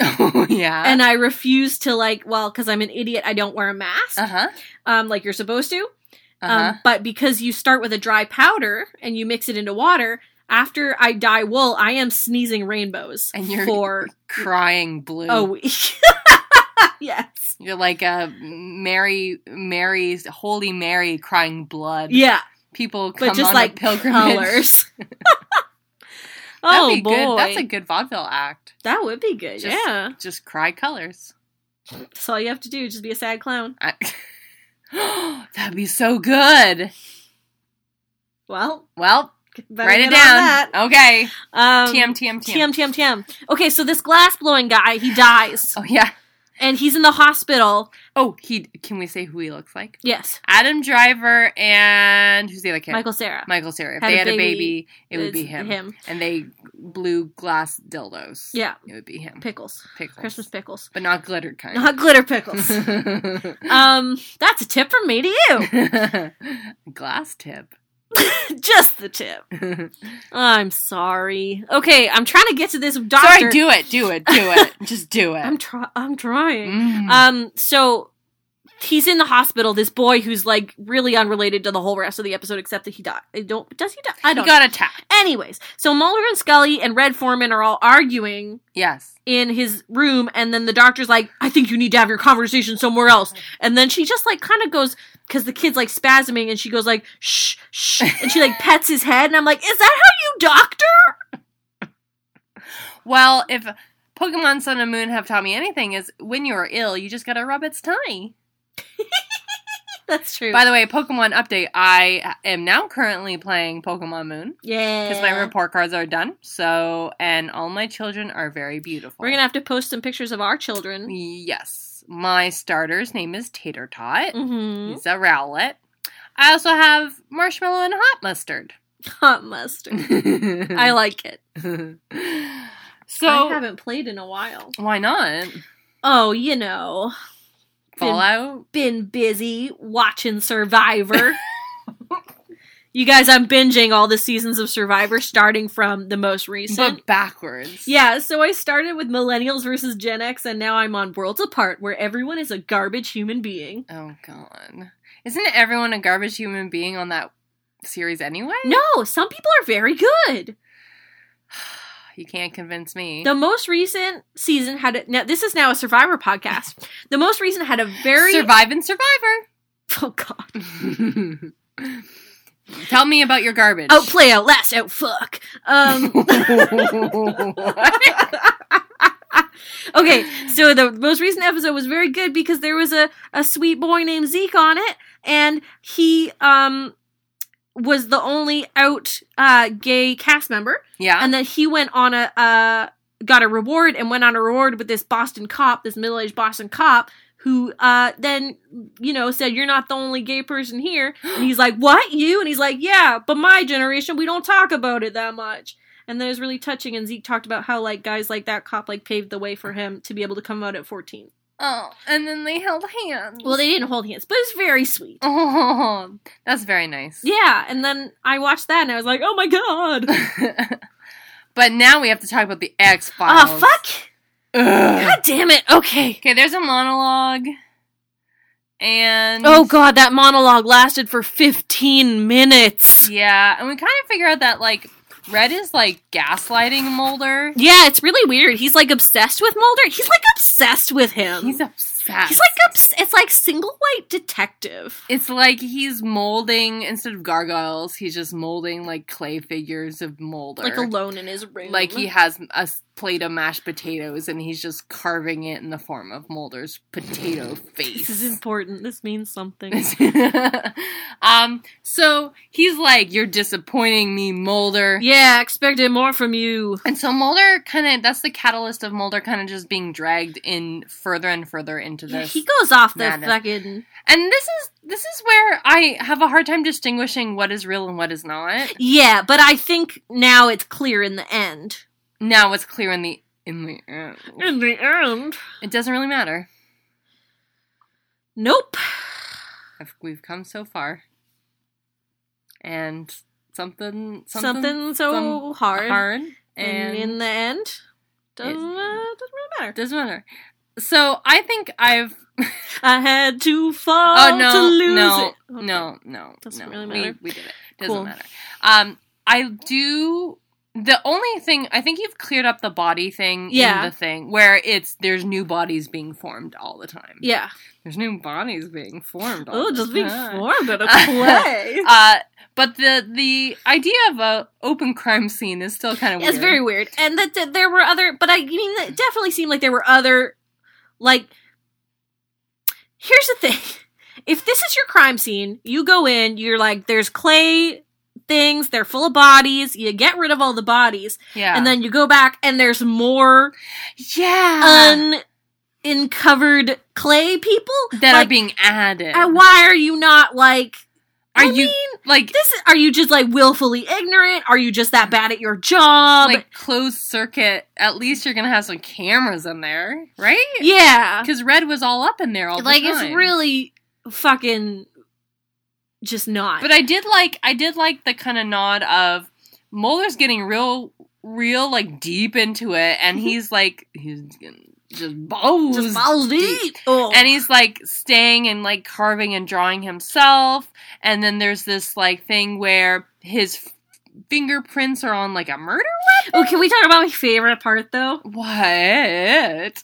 oh, yeah.
and I refuse to like well because I'm an idiot I don't wear a mask
uh huh.
um like you're supposed to
Uh huh.
Um, but because you start with a dry powder and you mix it into water, after I dye wool, I am sneezing rainbows
And you're-
for
Crying blue.
a week. yes.
oh, You're like a Mary, Mary's Holy Mary crying blood.
Yeah,
People come
but just
on
like
a pilgrimage.
colors.
That'd
oh
be
boy,
good. That's a good vaudeville act.
that would be good.
Just-
yeah,
Just cry colors.
that's all you have to do. Just be a sad clown.
I- That'd be so good.
Well,
Well,
better
write it
get on
down. Uh, Okay.
that. Um,
TM, TM,
TM, TM, TM. Okay, so this glass blowing guy, he dies,
Oh yeah.
and he's in the hospital.
Oh, he. Can we say who he looks like?
Yes,
Adam Driver and who's the other kid?
Michael Sarah.
Michael Sarah. If
Had
they
a
had a
baby,
baby, it would be
It's
him. And they blew glass dildos.
Yeah,
It would be him.
pickles,
Pickles.
Christmas pickles,
But not glittered kind.
not glitter pickles. um, that's a tip from me to you.
glass tip.
Just the tip. I'm sorry. Okay, I'm trying to get to this doctor.
Sorry, do it, do it, do it. Just do it.
I'm try- I'm trying.
Mm.
Um, so he's in the hospital. This boy who's like really unrelated to the whole rest of the episode, except that he died. I don't does he die? I
he
don't. know.
got attacked.
Anyways, so Mulder and Scully and Red Foreman are all arguing
Yes.
in his room, and then the doctor's like, "I think you need to have your conversation somewhere else." And then she just like kind of goes because the kid's like spasming, and she goes like, "Shh, shh," and she like pets his head, and I'm like, "Is that how you doctor?"
Well, if Pokemon Sun and Moon have taught me anything, is when you're ill, you just gotta rub its tummy.
That's true.
By the way, Pokemon update. I am now currently playing Pokemon Moon
yeah,
because my report cards are done. So, and all my children are very beautiful.
We're gonna have to post some pictures of our children.
Yes, my starter's name is Tater Tot.
Mm-hmm.
He's a Rowlet. I also have marshmallow and hot mustard.
Hot mustard. I like it. I
Mm-hmm. so
haven't played in a while.
why not
Oh, you know,
Fallout?
been busy watching Survivor. you guys, I'm binging all the seasons of Survivor, starting from the most recent.
But backwards.
yeah, so I started with Millennials versus Gen X, and now I'm on Worlds Apart, where everyone is a garbage human being.
Oh god. Isn't everyone a garbage human being on that series anyway?
No, some people are very good.
You can't convince me.
The most recent season had a, now this is now a Survivor podcast. The most recent had a very
Survive and Survivor.
oh god
Tell me about your garbage.
out Oh, play out last out fuck. Um, okay, so the most recent episode was very good because there was a, a sweet boy named Zeke on it, and he um was the only out uh, gay cast member,
yeah.
and then he went on a uh, got a reward and went on a reward with this Boston cop, this middle aged Boston cop. Who uh, then you know said you're not the only gay person here, and he's like, "What you?" And he's like, "Yeah, but my generation we don't talk about it that much." And that was really touching. And Zeke talked about how like guys like that cop like paved the way for him to be able to come out at 14.
oh, and then they held hands.
Well, they didn't hold hands, but it's very sweet.
Oh, that's very nice.
Yeah, and then I watched that and I was like, "Oh my god!"
but now we have to talk about the X Files.
Ah, fuck! God damn it! Okay.
Okay, there's a monologue, and
Oh god, that monologue lasted for 15 minutes.
yeah, and we kind of figure out that like Red is like gaslighting Mulder.
Yeah, it's really weird. He's like obsessed with Mulder. He's like obsessed with him.
He's obsessed.
He's like obs- it's like single white detective.
It's like he's molding instead of gargoyles. He's just molding like clay figures of Mulder.
Like alone in his room.
Like he has a s- plate of mashed potatoes and he's just carving it in the form of Mulder's potato
This is
face.
important. This means something.
um, so he's like, "You're disappointing me, Mulder."
yeah, expected more from you.
And so Mulder kind of that's the catalyst of Mulder kind of just being dragged in further and further into
Yeah,
this.
he goes off the
madness.
fucking.
and this is this is where I have a hard time distinguishing what is real and what is not.
Yeah, but I think now it's clear in the end.
Now it's clear in the in the uh,
In the end?
it doesn't really matter.
Nope.
I've, we've come so far, and something something,
Something, so
some-
hard.
hard
And
and
in the end, doesn't, uh, doesn't really matter.
doesn't matter. So I think I've
I had to fall
Oh no,
to lose
no,
it. Okay.
no, no,
Doesn't
no.
really
We-
matter.
We, did it. Doesn't
Cool.
matter. Um, I do The only thing I think you've cleared up the body thing
Yeah.
in the thing where it's there's new bodies being formed all the time.
Yeah.
There's new bodies being formed all
Oh,
the
just being
time.
formed at a play.
Uh but the the idea of a open crime scene is still kind of weird.
It's very weird, and that that there were other, but I mean, it definitely seemed like there were other, like. Here's the thing: if this is your crime scene, you go in, you're like, there's clay things, they're full of bodies. You get rid of all the bodies,
yeah.
and then you go back, and there's more
yeah
un uncovered clay people
that
like,
are being added.
uh, why are you not like?
Are
I
you-
mean,
like
this is, are you just like willfully ignorant? Are you just that bad at your job?
like closed circuit. At least you're gonna have some cameras in there, right?
yeah.
Because red was all up in there all
like
the time.
it's really fucking just not.
But I did like I did like the kind of nod of Muller's getting real real like deep into it and he's like he's getting- just balls
Mm-hmm. just balls deep. Oh.
and he's like staying and like carving and drawing himself and then there's this like thing where his f- fingerprints are on like a murder
oh, can we talk about my favorite part though?
what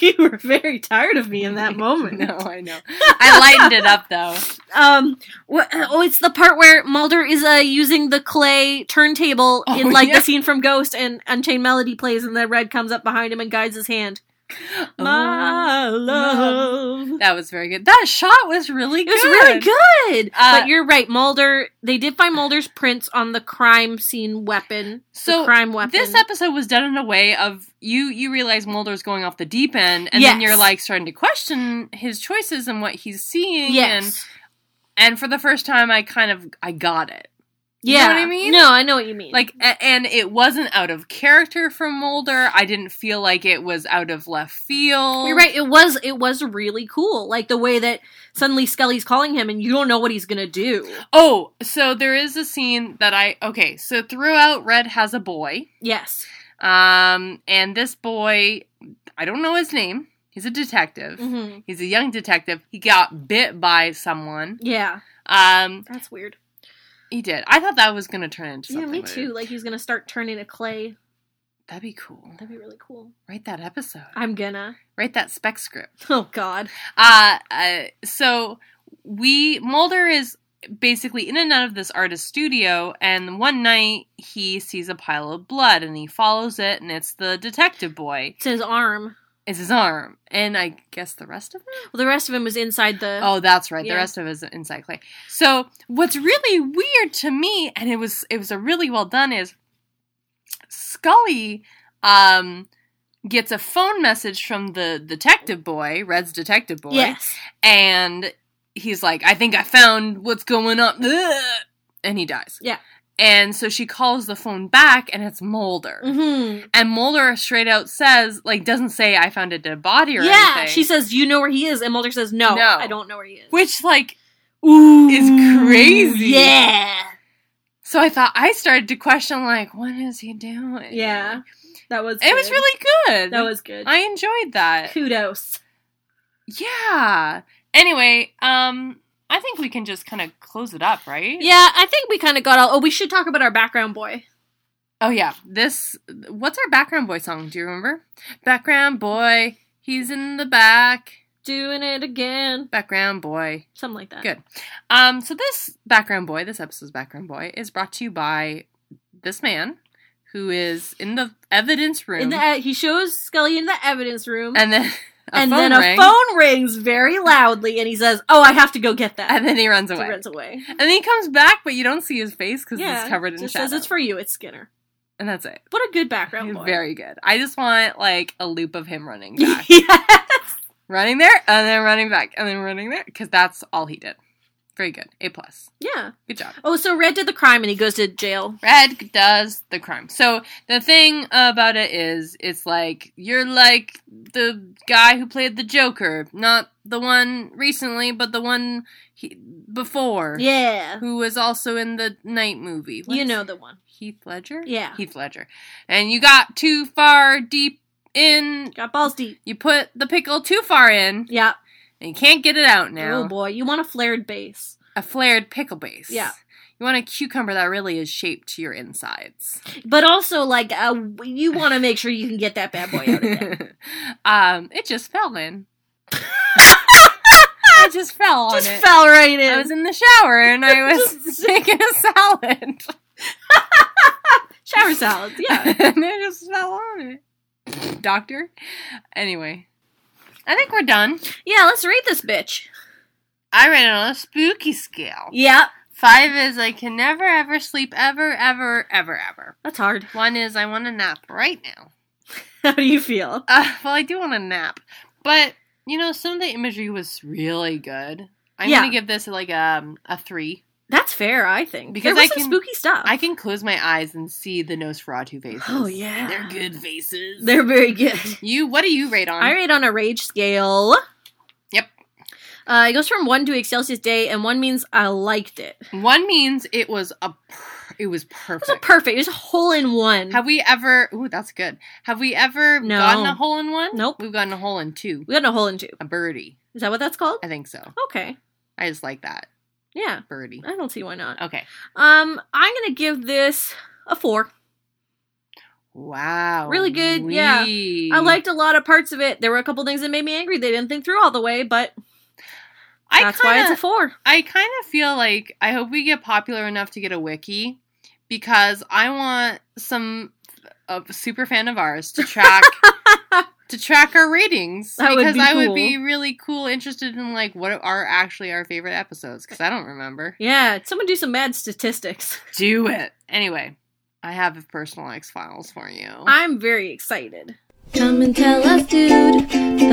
you were very tired of me in that moment.
no i know i lightened it up though
Um, wh- oh, it's the part where Mulder is uh, using the clay turntable
Oh,
in like
yeah.
the scene from Ghost, and Unchained Melody plays, and then Red comes up behind him and guides his hand.
Oh.
My love.
that was very good that shot was really
It
good
was really good.
Uh,
but you're right, Mulder. They did find Mulder's prints on the crime scene weapon.
So,
the crime weapon.
This episode was done in a way of you you realize Mulder's going off the deep end, and then
Yes.
you're like starting to question his choices and what he's seeing.
yes,
And, and for the first time, I kind of I got it. you know
yeah.
what I mean?
No, I know what you mean.
Like, a- and it wasn't out of character from Mulder. I didn't feel like it was out of left field.
you're right. It was it was really cool. Like the way that suddenly Scully's calling him, and you don't know what he's gonna do.
Oh, so there is a scene that I okay. So throughout, Red has a boy.
Yes.
Um, and this boy, I don't know his name. He's a detective.
hmm
He's a young detective. He got bit by someone.
Yeah,
Um,
that's weird.
he did. I thought that was gonna turn into
Yeah,
something.
me
with
too.
it.
Like he's gonna start turning to clay.
That'd be cool.
That'd be really cool.
Write that episode.
I'm gonna.
Write that spec script.
Oh God.
Uh, uh so we Mulder is basically in and out of this artist studio, and one night he sees a pile of blood, and he follows it, and it's the detective boy.
It's his arm.
It's his arm, and I guess the rest of it.
Well, the rest of him was inside the.
Oh, that's right.
Yeah.
The rest of it is inside clay. So what's really weird to me, and it was it was a really well done, is Scully um gets a phone message from the detective boy, Red's detective boy,
yes.
and he's like, "I think I found what's going on," Ugh," and he dies.
Yeah.
And so she calls the phone back, and it's Mulder.
Mm-hmm.
And Mulder straight out says, like, doesn't say I found a dead body or
yeah,
anything.
she says, "Do you know where he is?" And Mulder says, "No,
No.
I don't know where he is."
which like
Ooh,
is crazy.
Yeah,
So I thought I started to question like, what is he doing?
yeah, that was.
It was
good.
really good.
that was good.
I enjoyed that.
Kudos.
Yeah. Anyway, um, I think we can just kind of close it up, right?
Yeah, I think we kind of got all. Oh, we should talk about our background boy.
Oh yeah. This what's our background boy song? Do you remember? Background boy, he's in the back.
Doing it again,
Background boy.
something like that.
Good. Um, so this background boy, this episode's background boy, is brought to you by this man who is in the evidence room,
In the e- he shows Scully in the evidence room,
and then a
and
phone
then
rings.
a phone rings very loudly, and he says, "Oh, I have to go get that."
and then he runs away.
he runs away.
And then he comes back, but you don't see his face because
yeah,
it's covered in
just
shadow.
says it's for you. It's Skinner.
and that's it.
What a good background boy.
Very good. I just want like a loop of him running back,
yeah.
running there, and then running back, and then running there, because that's all he did. Very good. A plus.
yeah.
Good job.
Oh, so Red did the crime and he goes to jail.
Red does the crime. So the thing about it is, it's like you're like the guy who played the Joker, not the one recently, but the one he, before,
Yeah.
who was also in the night movie.
You
What's-
know the one.
Heath Ledger?
Yeah.
Heath Ledger. And you got too far deep in.
Got balls deep.
You put the pickle too far in,
Yeah.
and you can't get it out now.
Oh boy, you want a flared base.
a flared pickle base.
Yeah.
You want a cucumber that really is shaped to your insides.
But also, like, uh, you want to make sure you can get that bad boy out of there.
um, it just fell in. I just fell on
Just
it.
fell right in.
I was in the shower and I was
Just-
making a salad.
Shower salads, yeah.
and it just fell on it. Doctor. Anyway, I think we're done.
yeah, let's rate this bitch.
I ran it on a spooky scale.
Yeah,
Five is I can never ever sleep ever ever ever ever.
that's hard.
One is I want a nap right now.
How do you feel?
Uh, well, I do want a nap, but you know some of the imagery was really good. I'm
Yeah.
gonna give this like um a three.
That's fair, I think.
Because
Because
I
there was some
can-
spooky stuff.
I can close my eyes and see the Nosferatu faces.
Oh, yeah.
they're good faces.
They're very good.
you. What do you rate on?
I rate on a rage scale.
Yep.
Uh, it goes from one to Excelsius Day, and one means I liked it. It
One means it was a. Per- it was perfect.
was a perfect. It was a hole in one.
Have we ever? Ooh, that's good. Have we ever
No.
gotten a hole in one?
Nope.
We've gotten a hole in two.
we got a hole in two.
A birdie.
Is that what that's called?
I think so.
Okay.
I just like that
Yeah.
birdie.
I don't see why not.
Okay.
Um, I'm gonna give this a four.
Wow.
Really good, yeah.
Wee.
I liked a lot of parts of it. There were a couple things that made me angry. They didn't think through all the way, but
I
that's
kinda,
why it's a four.
I kind of feel like I hope we get popular enough to get a wiki because I want some a super fan of ours to track to track our ratings
That would
because
be
I
cool.
would be really cool interested in like what are actually our favorite episodes because I don't remember.
Yeah. Someone do some mad statistics.
Do it. Anyway, I have a personal X Files for you.
I'm very excited.
Come and tell us, dude,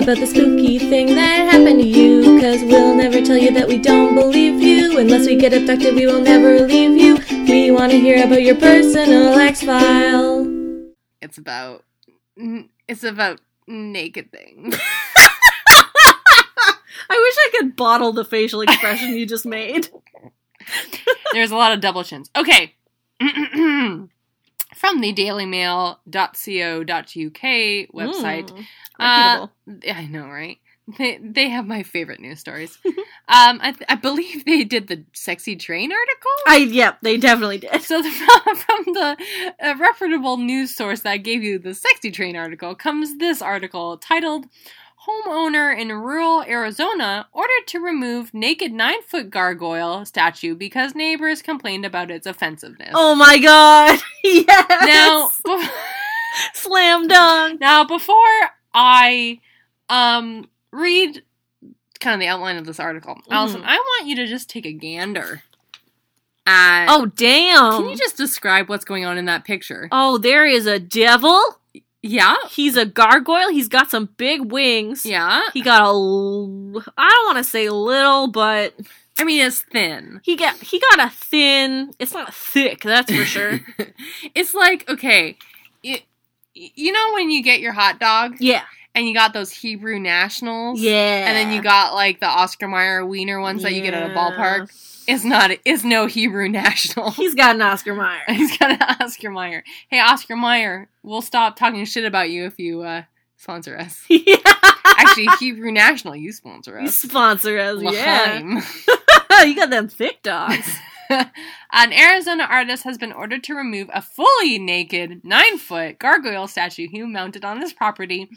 about the spooky thing that happened to you. Cause we'll never tell you that we don't believe you. Unless we get abducted, we will never leave you. We want to hear about your personal X file.
it's about n- it's about naked things.
I wish I could bottle the facial expression you just made.
There's a lot of double chins. Okay. From the dailymail.co.uk website.
Mm,
Uh,
reputable.
I know, right? They, they have my favorite news stories. um, I, I believe they did the sexy train article.
I yep, they definitely did.
So the, from the uh, reputable news source that gave you the sexy train article comes this article titled "Homeowner in Rural Arizona Ordered to Remove Naked Nine Foot Gargoyle Statue Because Neighbors Complained About Its Offensiveness."
Oh my god. yes.
now,
slam dunk.
now before I um read kind of the outline of this article, Allison,
Mhm.
I want you to just take a gander. At,
Oh damn.
Can you just describe what's going on in that picture?
Oh, there is a devil.
yeah.
He's a gargoyle. He's got some big wings.
Yeah.
He got a l- I don't want to say little, but
I mean, it's thin.
he got he got a thin. It's not thick, that's for sure.
it's like, okay, it, you know when you get your hot dog
yeah.
and you got those Hebrew nationals?
Yeah.
And then you got like the Oscar Mayer wiener ones that you get at a
Yeah.
ballpark. It's not, it's no Hebrew national.
He's got an Oscar Mayer.
He's got an Oscar Mayer. Hey, Oscar Mayer, we'll stop talking shit about you if you uh, sponsor us.
yeah.
Actually, Hebrew National, you sponsor
You
us.
sponsor us. Yeah.
L'chaim.
you got them thick dogs.
An Arizona artist has been ordered to remove a fully naked, nine foot gargoyle statue he mounted on his property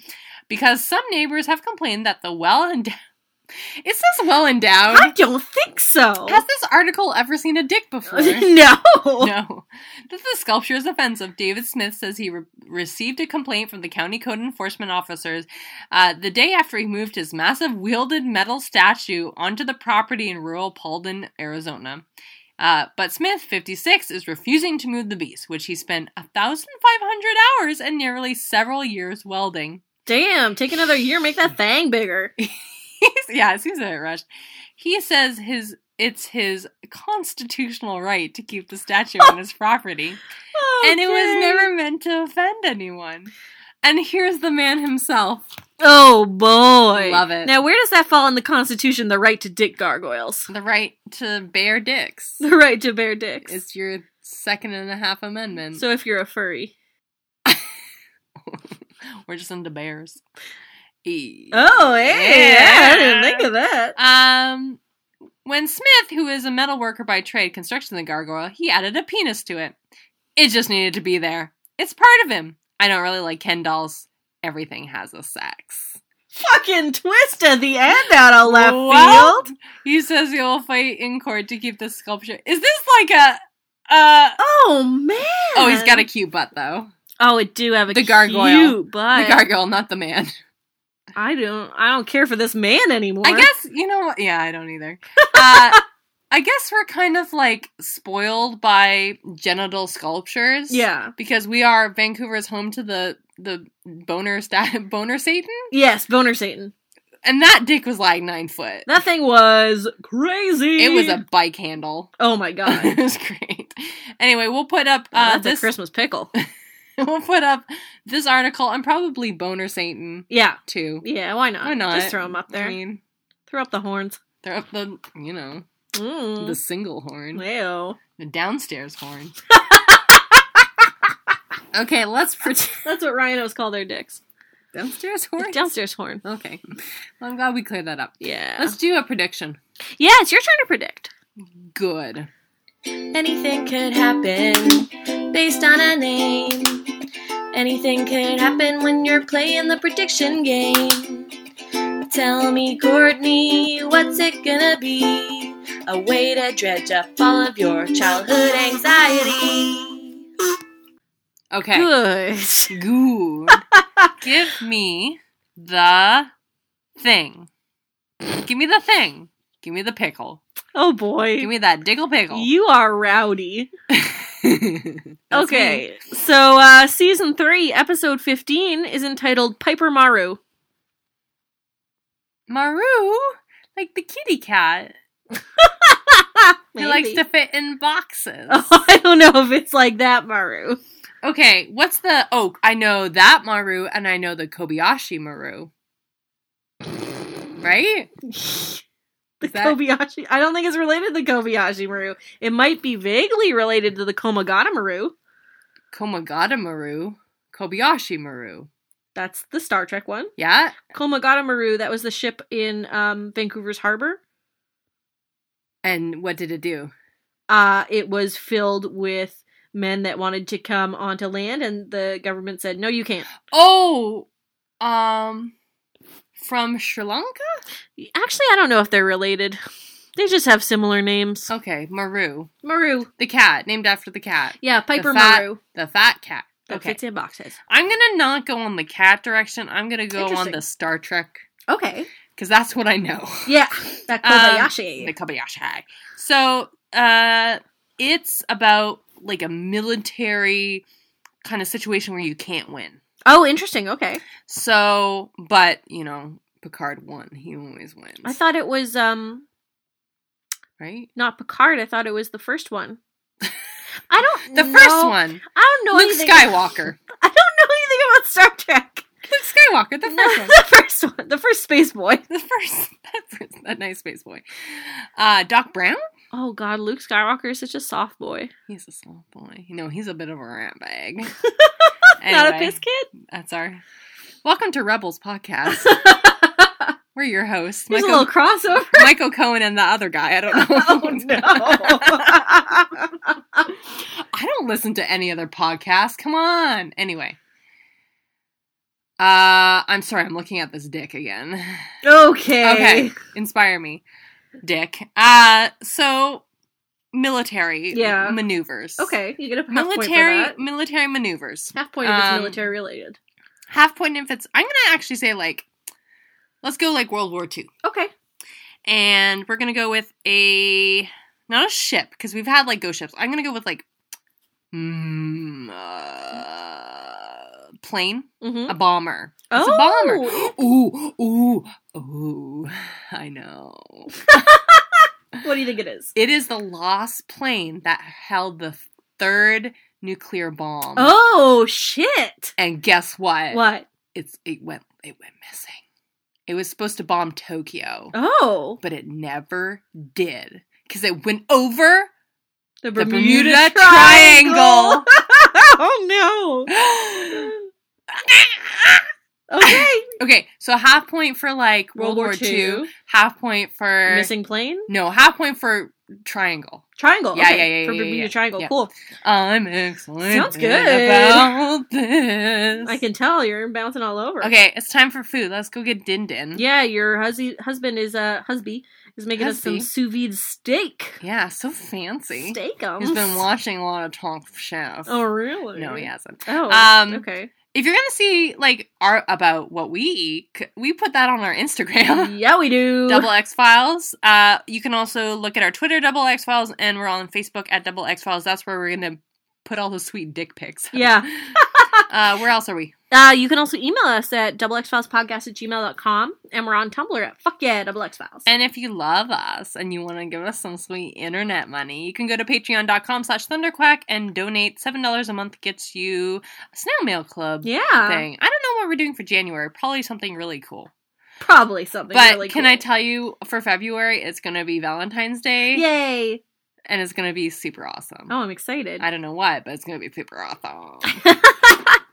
because some neighbors have complained that the well endowed. Is this well endowed?
I don't think so.
Has this article ever seen a dick before?
no.
No. That the sculpture is offensive, David Smith says he re- received a complaint from the county code enforcement officers uh, the day after he moved his massive wielded metal statue onto the property in rural Paulden, Arizona. Uh, but Smith, 56, is refusing to move the beast, which he spent 1,500 hours and nearly several years welding.
Damn, take another year, make that thing bigger.
He's- yeah, it seems a bit rushed. He says his it's his constitutional right to keep the statue on his property, and it was
Okay.
never meant to offend anyone. And here's the man himself.
Oh boy.
Love it.
Now where does that fall in the constitution, the right to dick gargoyles?
The right to bear dicks
The right to bear dicks.
is your second and a half amendment.
so if you're a furry.
We're just into bears. E-
Oh hey,
Yeah.
I didn't think of that.
Um When Smith, who is a metal worker by trade, constructed the gargoyle, he added a penis to it. It just needed to be there. It's part of him. I don't really like Ken dolls. Everything has a sex.
Fucking twist at the end out of left
Well,
field.
He says he will fight in court to keep the sculpture. Is this like a uh
Oh man.
Oh, he's got a cute butt though.
Oh, it do have a
The gargoyle.
cute butt.
the gargoyle, not the man.
I don't. I don't care for this man anymore.
I guess you know what? Yeah, I don't either. Uh, I guess we're kind of like spoiled by genital sculptures.
Yeah.
because we are Vancouver's home to the the boner stat boner Satan,
Yes, boner Satan.
and that dick was like nine foot.
That thing was crazy.
It was a bike handle.
Oh my god.
it was great. Anyway, we'll put up uh,
that's a
this.
Christmas pickle.
We'll put up this article and probably boner Satan
yeah.
too.
Yeah. Why not?
Why not?
Just throw him up there.
I mean,
throw up the horns.
they're up the you know
Mm.
the single horn.
Ew.
The downstairs horn. okay, let's pretend.
That's what rhinos call their dicks.
Downstairs horn?
Downstairs horn.
okay. Well, I'm glad we cleared that up.
Yeah.
Let's do a prediction.
yeah, it's your turn to predict.
Good.
Anything could happen based on a name. Anything could happen when you're playing the prediction game. Tell me, Courtney, what's it gonna be? A way to dredge up all of your childhood anxiety.
Okay.
Good.
Good. Give me the thing. Give me the thing. Give me the pickle.
Oh boy.
Give me that dickle pickle.
you are rowdy.
That's me.
okay. So uh season 3, episode 15 is entitled Piper Maru.
Maru, like the kitty cat, who likes to fit in boxes.
Oh, I don't know if it's like that Maru.
Okay, what's the oh? I know that Maru, and I know the Kobayashi Maru. Right?
The
Is that-
Kobayashi. I don't think it's related to the Kobayashi Maru. It might be vaguely related to the Komagata Maru.
Komagata Maru, Kobayashi Maru.
That's the Star Trek one.
Yeah.
Komagata Maru, that was the ship in um, Vancouver's harbor.
And what did it do?
Uh, it was filled with men that wanted to come onto land, and the government said, no, you can't.
Oh, um, from Sri Lanka.
Actually, I don't know if they're related. They just have similar names.
Okay, Oh. Maru,
Maru.
the cat, named after the cat,
Yeah, Piper
The fat-
Maru.
the fat cat.
That
Okay,
fits in boxes.
I'm gonna not go on the cat direction. I'm gonna go on
Interesting.
the Star Trek
Okay.
because that's what I know.
Yeah, that
Um,
Kobayashi.
the Kobayashi. So uh, it's about like a military kind of situation where you can't win.
oh, interesting. Okay.
So, but you know, Picard won. He always wins,
I thought it was um
right?
not Picard. I thought it was the first one. I don't.
The
know-
first one,
I don't know
Luke
anything.
Skywalker.
I don't know anything about Star Trek.
Luke Skywalker, the first one.
the first one. The first space boy.
The first, that, first, that nice space boy. Uh, Doc Brown?
Oh God, Luke Skywalker is such a soft boy.
He's a small boy. No, he's a bit of a rat bag.
Not a
Anyway,
piss kid.
That's our. Welcome to Rebels Podcast. We're your hosts,
There's a
Michael
little Oh, crossover.
Michael Cohen and the other guy. I don't know.
Oh,
I don't listen to any other podcast. Come on. Anyway. Uh I'm sorry, I'm looking at this dick again.
okay.
Okay. Inspire me. Dick. Uh so military
Yeah.
maneuvers.
Okay. You get a half point for
Military
that.
military maneuvers.
Half point if it's
Um,
military related.
Half point if it's I'm gonna actually say like let's go like World War II.
Okay.
and we're gonna go with a not a ship because we've had like ghost ships. I'm gonna go with like mm, uh, plane,
Mm-hmm.
a bomber. It's
oh,
a bomber. Ooh, ooh, ooh! I know. uh,
What do you think it is?
It is the lost plane that held the third nuclear bomb.
Oh shit!
And guess what?
What?
It's it went it went missing. It was supposed to bomb Tokyo,
Oh,
but it never did because it went over
the
Bermuda Triangle.
oh no! Okay.
Okay, so half point for like World, War, II, half point for
Missing plane.
No, half point for triangle.
Triangle.
Yeah,
okay.
yeah, yeah,
For
yeah,
Bermuda
yeah,
Triangle.
yeah.
Cool.
I'm excellent.
Sounds good.
About this.
I can tell you're bouncing all over.
Okay, it's time for food. Let's go get din din.
Yeah, your husband husband is uh husby is making us some
Husby.
sous vide steak.
Yeah, so fancy.
Steak
He's been watching a lot of Tonk Chef.
Oh really?
No, he hasn't.
Oh.
Um,
okay.
If you're gonna see like art about what we eat, c- we put that on our Instagram.
Yeah, we do.
Double X Files. Uh, you can also look at our Twitter, Double X Files, and we're on Facebook at Double X Files. That's where we're gonna put all those sweet dick pics.
Yeah.
uh, where else are we?
Uh, you can also email us at doublexfilespodcast at gmail.com and we're on Tumblr at fuck yeah, double x files.
And if you love us and you want to give us some sweet internet money, you can go to patreon.com slash thunderquack and donate. $7 a month gets you a snail mail club
Yeah.
thing. I don't know what we're doing for January. Probably something really cool.
Probably something
but
really
can
cool.
I tell you, for February, it's going to be Valentine's Day.
Yay.
And it's going to be super awesome.
Oh, I'm excited.
I don't know why, but it's going to be super awesome.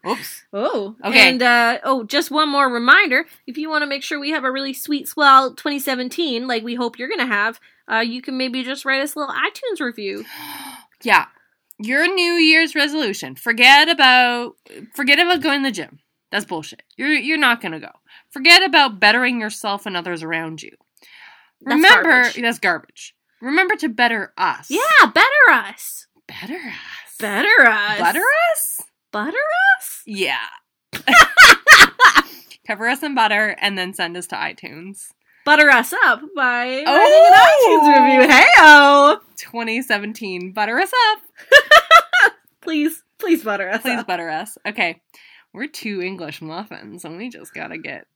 Oops.
Oh,
Okay.
And uh, oh, just one more reminder: if you want to make sure we have a really sweet, swell 2017, like we hope you're gonna have, uh, you can maybe just write us a little iTunes review.
Yeah. Your New Year's resolution. Forget about forget about going to the gym. That's bullshit. You're you're not gonna go. Forget about bettering yourself and others around you.
That's
Remember
garbage.
that's garbage. Remember to better us.
Yeah, better us,
Better us.
better us,
Better us?
butter us.
Yeah. Cover us in butter and then send us to iTunes.
Butter us up by
Oh!
writing an iTunes review. Hey, oh,
2017. Butter us up.
please, please butter us.
Please
up.
butter us. Okay. We're two English muffins and we just gotta get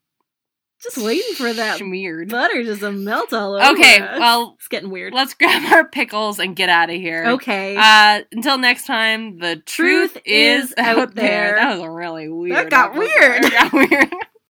just waiting for that
smeared.
butter just to melt all over.
Okay,
us.
well,
it's getting weird.
let's grab our pickles and get out of here.
Okay,
Uh, until next time, the truth,
Truth
is out there.
there.
That was a really weird.
got
episode.
weird.
That got weird.